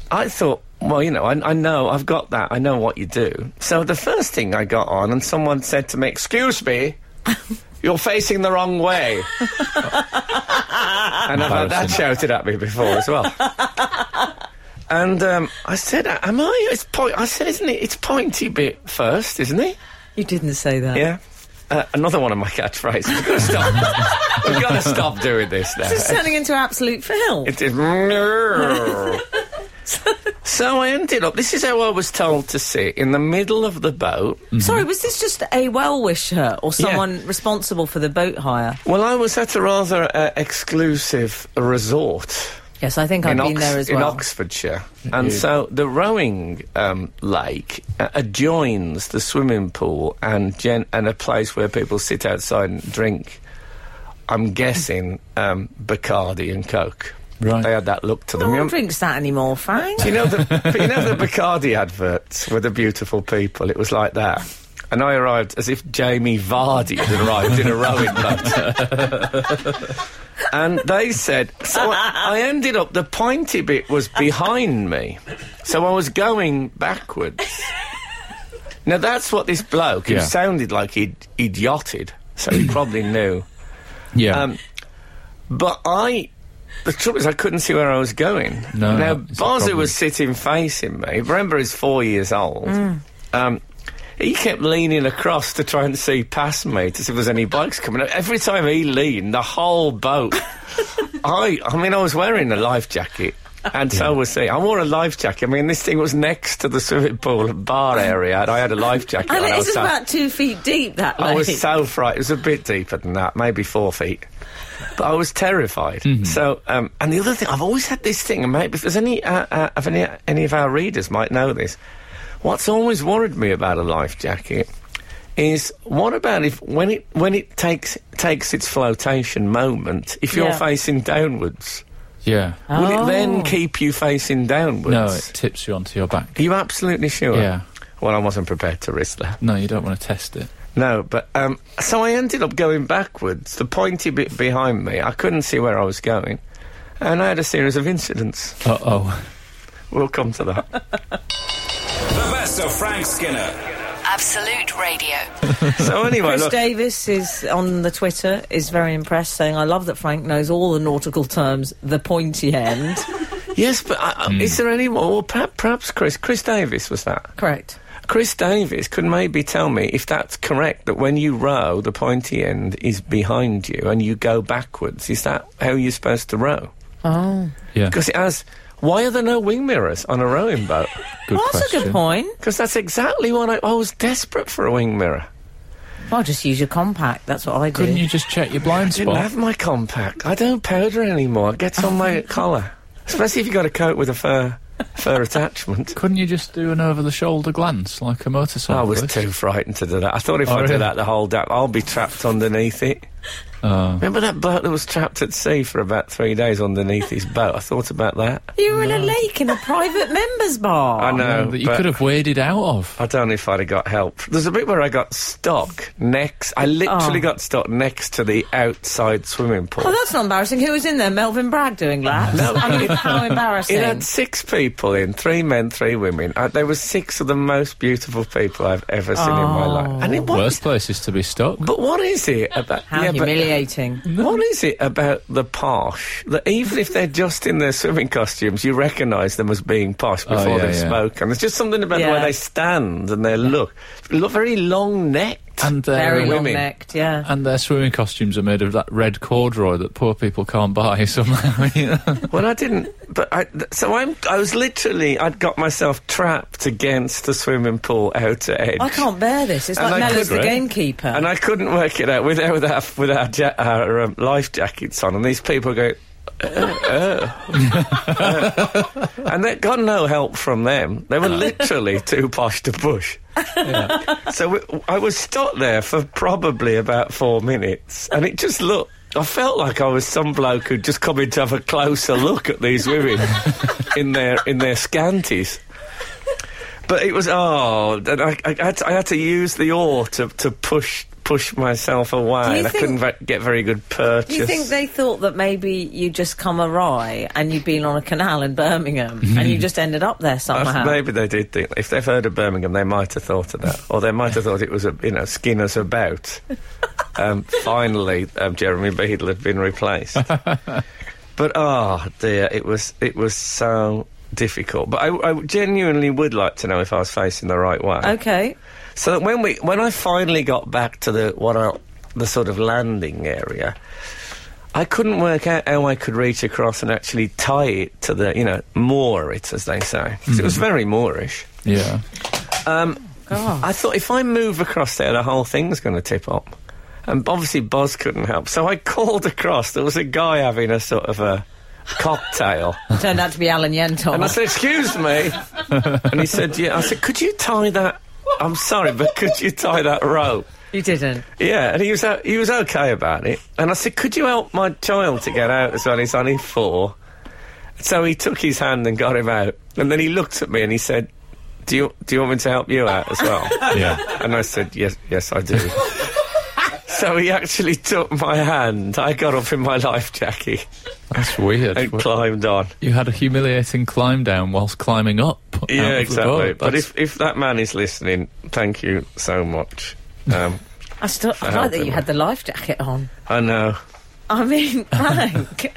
B: I thought, well, you know, I, I know I've got that. I know what you do. So the first thing I got on, and someone said to me, "Excuse me." You're facing the wrong way. and I've had that
F: Embarrassing.
B: shouted at me before as well. and um, I said, "Am I?" It's point. I said, "Isn't it?" It's pointy bit first, isn't it?
C: You didn't say that.
B: Yeah. Uh, another one of my catchphrases. We've got to stop. We've got to stop doing this now.
C: This is turning into absolute film.
B: It is. No. so I ended up. This is how I was told to sit in the middle of the boat.
C: Sorry, was this just a well wisher or
B: Yeah.
C: someone responsible for the boat hire?
B: Well, I was at a rather uh, exclusive resort.
C: Yes, I think I've
B: in,
C: been
B: Ox-
C: there as
B: in
C: well. Mm-hmm.
B: Oxfordshire. And so the rowing um, lake uh, adjoins the swimming pool and gen- and a place where people sit outside and drink. I'm guessing um, Bacardi and Coke.
F: Right.
B: They had that look to
C: no
B: them. You-
C: one drinks that anymore, Frank.
B: Do you know the but you know the Bacardi adverts with the beautiful people? It was like that. And I arrived as if Jamie Vardy had arrived in a rowing boat. and they said, so I, I ended up, the pointy bit was behind me. So I was going backwards. Now that's what this bloke, who
F: Yeah.
B: sounded like he'd, he'd yachted, so he probably knew.
F: Yeah.
B: Um, But I, the trouble is, I couldn't see where I was going.
F: No,
B: now
F: that is a
B: Barza
F: problem.
B: was sitting facing me. Brember is four years old. Um, he kept leaning across to try and see past me to see if there's any bikes coming up. Every time he leaned, the whole boat. I, I mean, I was wearing a life jacket. And so was he. I wore a life jacket. I mean, this thing was next to the swimming pool and bar area, and I had a life jacket.
C: and
B: on. I
C: it
B: was
C: is
B: so-
C: about two feet deep, that
B: I
C: lake.
B: was so frightened. It was a bit deeper than that, maybe four feet. But I was terrified.
F: Mm-hmm.
B: So, um, and the other thing, I've always had this thing, and maybe if there's any, uh, uh, if any, any of our readers might know this, what's always worried me about a life jacket is what about if when it when it takes takes its flotation moment, if you're
C: Yeah.
B: facing downwards,
F: yeah.
B: will it
C: Oh.
B: then keep you facing downwards?
F: No, it tips you onto your back.
B: Are you absolutely sure?
F: Yeah.
B: Well, I wasn't prepared to risk that.
F: No, you don't want to test it.
B: No, but um, so I ended up going backwards. The pointy bit behind me, I couldn't see where I was going, and I had a series of incidents.
F: Uh oh.
B: We'll come to that.
A: The best of Frank Skinner.
E: Absolute Radio.
B: so anyway,
C: Chris
B: look,
C: Davis is on the Twitter is very impressed, saying, "I love that Frank knows all the nautical terms, the pointy end."
B: yes, but I, I- is there any more? Well, perhaps, perhaps Chris, Chris Davis was that.
C: Correct.
B: Chris Davis could maybe tell me if that's correct that when you row, the pointy end is behind you and you go backwards. Is that how you're supposed to row?
C: Oh,
F: Yeah.
B: Because it has. Why are there no wing mirrors on a rowing boat?
F: Good
C: well, that's
F: question.
C: a good point.
B: Because that's exactly what I, I was desperate for a wing mirror.
C: Well, just use your compact. That's what I do.
F: Couldn't you just check your blind
B: I didn't
F: spot?
B: have my compact. I don't powder anymore. It gets on my collar. Especially if you've got a coat with a fur, fur attachment.
F: Couldn't you just do an over the shoulder glance like a motorcyclist?
B: I was too frightened to do that. I thought if
F: Oh,
B: I
F: really?
B: do that the whole day, I'll be trapped underneath it.
F: Oh.
B: Remember that boat that was trapped at sea for about three days underneath his boat? I thought about that.
C: You were in a lake in a private members bar.
B: I know.
F: that you
B: Oh, but
F: could have waded out of.
B: I don't know if I'd have got help. There's a bit where I got stuck next. I literally
C: Oh.
B: got stuck next to the outside swimming pool.
C: Oh, that's not embarrassing. Who was in there? Melvin Bragg doing that? I mean, how embarrassing.
B: It had six people in, three men, three women. Uh, there were six of the most beautiful people I've ever seen in my life. And it was.
F: Worst places to be stuck.
B: But what is it about?
C: how
B: yeah, but
C: humiliating.
B: What is it about the posh that even if they're just in their swimming costumes, you recognise them as being posh before
F: yeah,
B: they've
F: yeah.
B: spoken? There's just something about the
C: Oh, Yeah.
B: way they stand and their look. Look very long necked.
F: And their,
C: Very
B: women.
C: long necked, yeah.
F: and their swimming costumes are made of that red corduroy that poor people can't buy somehow. you know?
B: Well, I didn't, but I, th- so I'm. I was literally. I'd got myself trapped against the swimming pool outer edge.
C: I can't bear this. It's
B: And
C: like
B: I
C: Mellors
B: could,
C: the
B: right?
C: gamekeeper.
B: And I couldn't work it out with our, with our, with our, ja- our um, life jackets on, and these people go, uh, uh, uh." and they got no help from them. They were literally too posh to push. So w- I was stuck there for probably about four minutes, and it just looked. I felt like I was some bloke who'd just come in to have a closer look at these women in their in their scanties. But it was oh, and I, I, had to, I had to use the oar to, to push push myself
C: Do
B: away.
C: you
B: And I
C: think-
B: couldn't ve- get very good purchase.
C: Do you think they thought that maybe you just come awry and you'd been on a canal in Birmingham and you just ended up there
B: I-
C: somehow?
B: Maybe they did think if they've heard of Birmingham, they might have thought of that, or they might have thought it was a you know Skinner's about. Um, finally, um, Jeremy Beadle had been replaced, but oh dear, it was it was so difficult. But I, I genuinely would like to know if I was facing the right way.
C: Okay.
B: So that when we when I finally got back to the what I, the sort of landing area, I couldn't work out how I could reach across and actually tie it to the you know moor it as they say 'Cause it was very moorish.
F: Yeah.
B: I thought if I move across there, the whole thing's going to tip up. And obviously Buzz couldn't help, so I called across. There was a guy having a sort of a cocktail.
C: Turned out to be Alan Yentor.
B: And I said, "Excuse me." and he said, "Yeah." I said, "Could you tie that? I'm sorry, but could you tie that rope?"
C: you didn't.
B: Yeah, and he was o- he was okay about it. And I said, "Could you help my child to get out as well? He's only four. So he took his hand and got him out. And then he looked at me and he said, "Do you do you want me to help you out as well?"
F: Yeah.
B: and I said, "Yes, yes, I do." so he actually took my hand. I got up in my life jacket
F: That's weird.
B: and climbed on.
F: you had a humiliating climb down whilst climbing up. out of
B: Yeah,
F: the
B: exactly.
F: boat.
B: But
F: That's-
B: if if that man is listening, thank you so much. Um,
C: I still I like that you had the life jacket on.
B: I know.
C: I mean, Frank.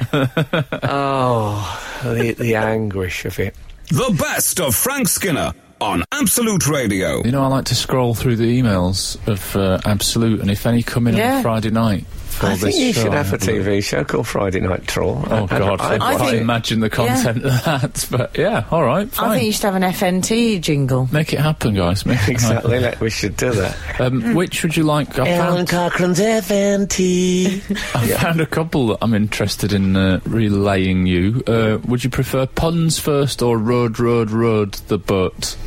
B: Oh, the the anguish of it.
A: The best of Frank Skinner on Absolute Radio.
F: You know, I like to scroll through the emails of uh, Absolute, and if any come in
C: Yeah.
F: on Friday night for
B: I
F: this
B: think you
F: show,
B: should
F: I
B: have a
F: believe.
B: TV show called Friday Night Troll.
F: Oh
B: I- I-
F: God! I,
B: I- I think-
F: imagine the content of that. But yeah, all right, fine.
C: I think you should have an FNT jingle.
F: Make it happen, guys. Make it
B: exactly. like we should do that.
F: Happen. Um, which would you like? I found,
B: Cochran's FNT.
F: I found a couple that I'm interested in uh, relaying you. Uh, would you prefer puns first or road, road, road the boat?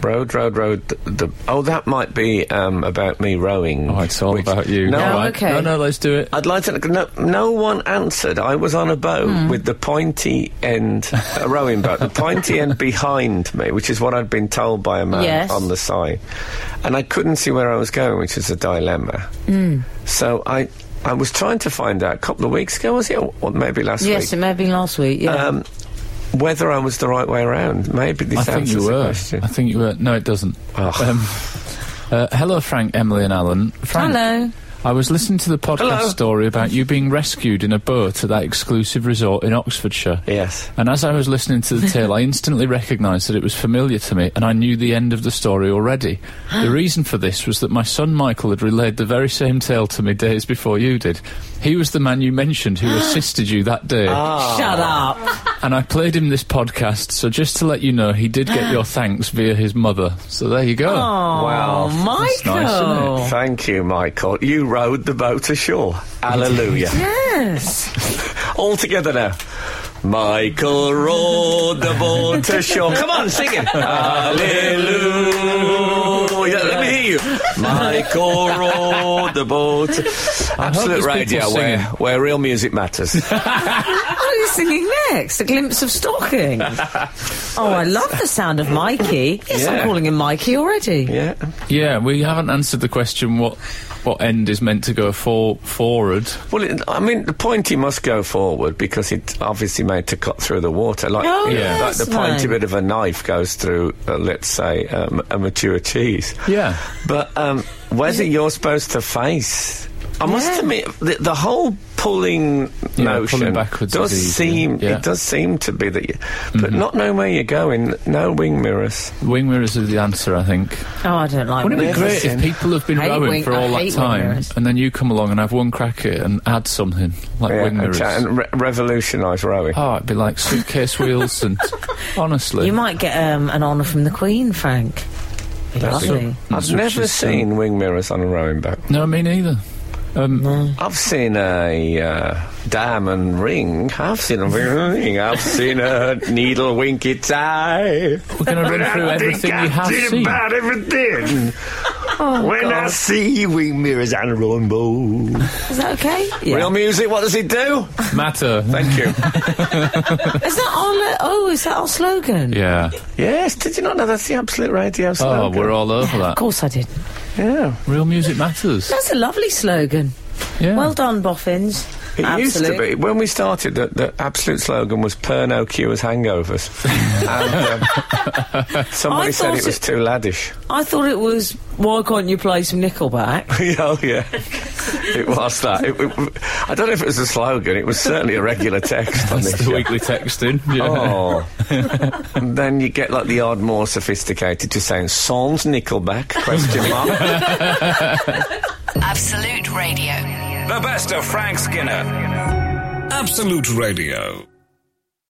B: road, road, road. th- The, oh, that might be um, about me rowing.
F: Oh, it's all
B: which-
F: about you.
B: No,
F: All
C: No,
F: right.
C: okay.
F: No, no, let's do it.
B: I'd like to. No, no one answered. I was on a boat
C: Hmm.
B: with the pointy end, a rowing boat, the pointy end behind me, which is what I'd been told by a man
C: Yes.
B: on the side. And I couldn't see where I was going, which is a dilemma.
C: Hmm.
B: So I, I was trying to find out a couple of weeks ago, was it? Or maybe last
C: Yes, it
B: week.
C: may have been last week. Yeah.
B: Um, whether I was the right way around. Maybe this
F: I think
B: answers
F: you
B: the
F: were. I
B: question.
F: think you were. No, it doesn't.
B: Ugh.
F: Um, uh, hello, Frank, Emily, and Alan. Frank,
C: Hello.
F: I was listening to the podcast
B: Hello.
F: story about you being rescued in a boat at that exclusive resort in Oxfordshire.
B: Yes.
F: And as I was listening to the tale, I instantly recognised that it was familiar to me, and I knew the end of the story already. the reason for this was that my son Michael had relayed the very same tale to me days before you did. He was the man you mentioned who assisted you that day,
C: Shut up.
F: and I played him this podcast, so just to let you know, he did get your thanks via his mother. So there you go.
G: Ah.
B: Wow.
F: nice, isn't it?
C: Oh, Michael.
B: Thank you, Michael. You rowed the boat ashore. Hallelujah.
C: Yes.
B: All together now. Michael rowed the boat to shore. Come on, sing it. Hallelujah. Let me hear you. Michael rowed the boat.
F: there's
B: Absolute
F: people
B: radio, where,
F: singing.
B: where real music matters.
C: What are you singing next? A glimpse of stocking. oh, I love the sound of Mikey. Yes, I'm
B: Yeah.
C: calling him Mikey already.
B: yeah.
F: Yeah, we haven't answered the question what what end is meant to go for forward.
B: Well, it, I mean, the pointy must go forward because it obviously made to cut through the water. Like,
C: Oh,
B: you know,
F: Yeah.
B: like the
C: that's
B: pointy
C: fine.
B: bit of a knife goes through, uh, let's say, um, a mature cheese.
F: Yeah.
B: But um, whether you're supposed to face, I must
C: Yeah.
B: admit, the, the whole pulling
F: Yeah,
B: notion
F: pulling backwards
B: does
F: is easy.
B: seem
F: Yeah. Mm-hmm.
B: it does seem to be that, you, but not knowing where you're going, no wing mirrors.
F: Wing mirrors are the answer, I think.
C: Oh, I don't like
F: Wouldn't it be
C: wings.
F: great if people have been
C: Hate
F: rowing
C: wing-
F: for all
C: I
F: that
C: hate
F: time,
C: wing mirrors.
F: and then you come along and have one crack at it and add something like
B: Yeah,
F: wing
B: and,
F: mirrors?
B: cha- and re- revolutionise rowing.
F: oh, it'd be like suitcase wheels, and honestly,
C: You might get um, an honour from the Queen, Frank. Be Lovely.
B: I've never
F: um,
B: seen wing mirrors on a rowing boat.
F: No, me neither. Um,
B: I've seen a uh, diamond ring. I've seen a ring. I've seen a needle wink its eye.
F: We're going to run through
B: I think
F: everything you
B: I
F: have
B: did
F: seen.
B: about everything.
C: Oh,
B: when I see you in mirrors and rainbow.
C: Is that okay? Yeah.
B: Real music, what does it do?
F: Matter.
B: Thank you.
C: Is that our? lo- oh, is that our slogan?
F: yeah.
B: yes, did you not know that's the Absolute Radio
F: Oh,
B: slogan?
F: we're all over
C: Of
F: that.
C: course I did.
B: Yeah.
F: Real music matters.
C: That's a lovely slogan.
F: Yeah.
C: Well done, boffins.
B: It used to
C: Absolute.
B: be when we started. The, the absolute slogan was "Perno cures hangovers," and um, somebody
C: I
B: said
C: thought
B: it was
C: it-
B: too laddish.
C: I thought it was. Why can't you play some Nickelback?
B: oh yeah, it was that. It, it- I don't know if it was a slogan. It was certainly a regular text on this.
F: That's the
B: show.
F: weekly texting. Yeah.
B: Oh, and then you get like the odd more sophisticated to saying "Sans Nickelback?" Question mark.
E: Absolute Radio.
A: The best of Frank Skinner. Absolute Radio.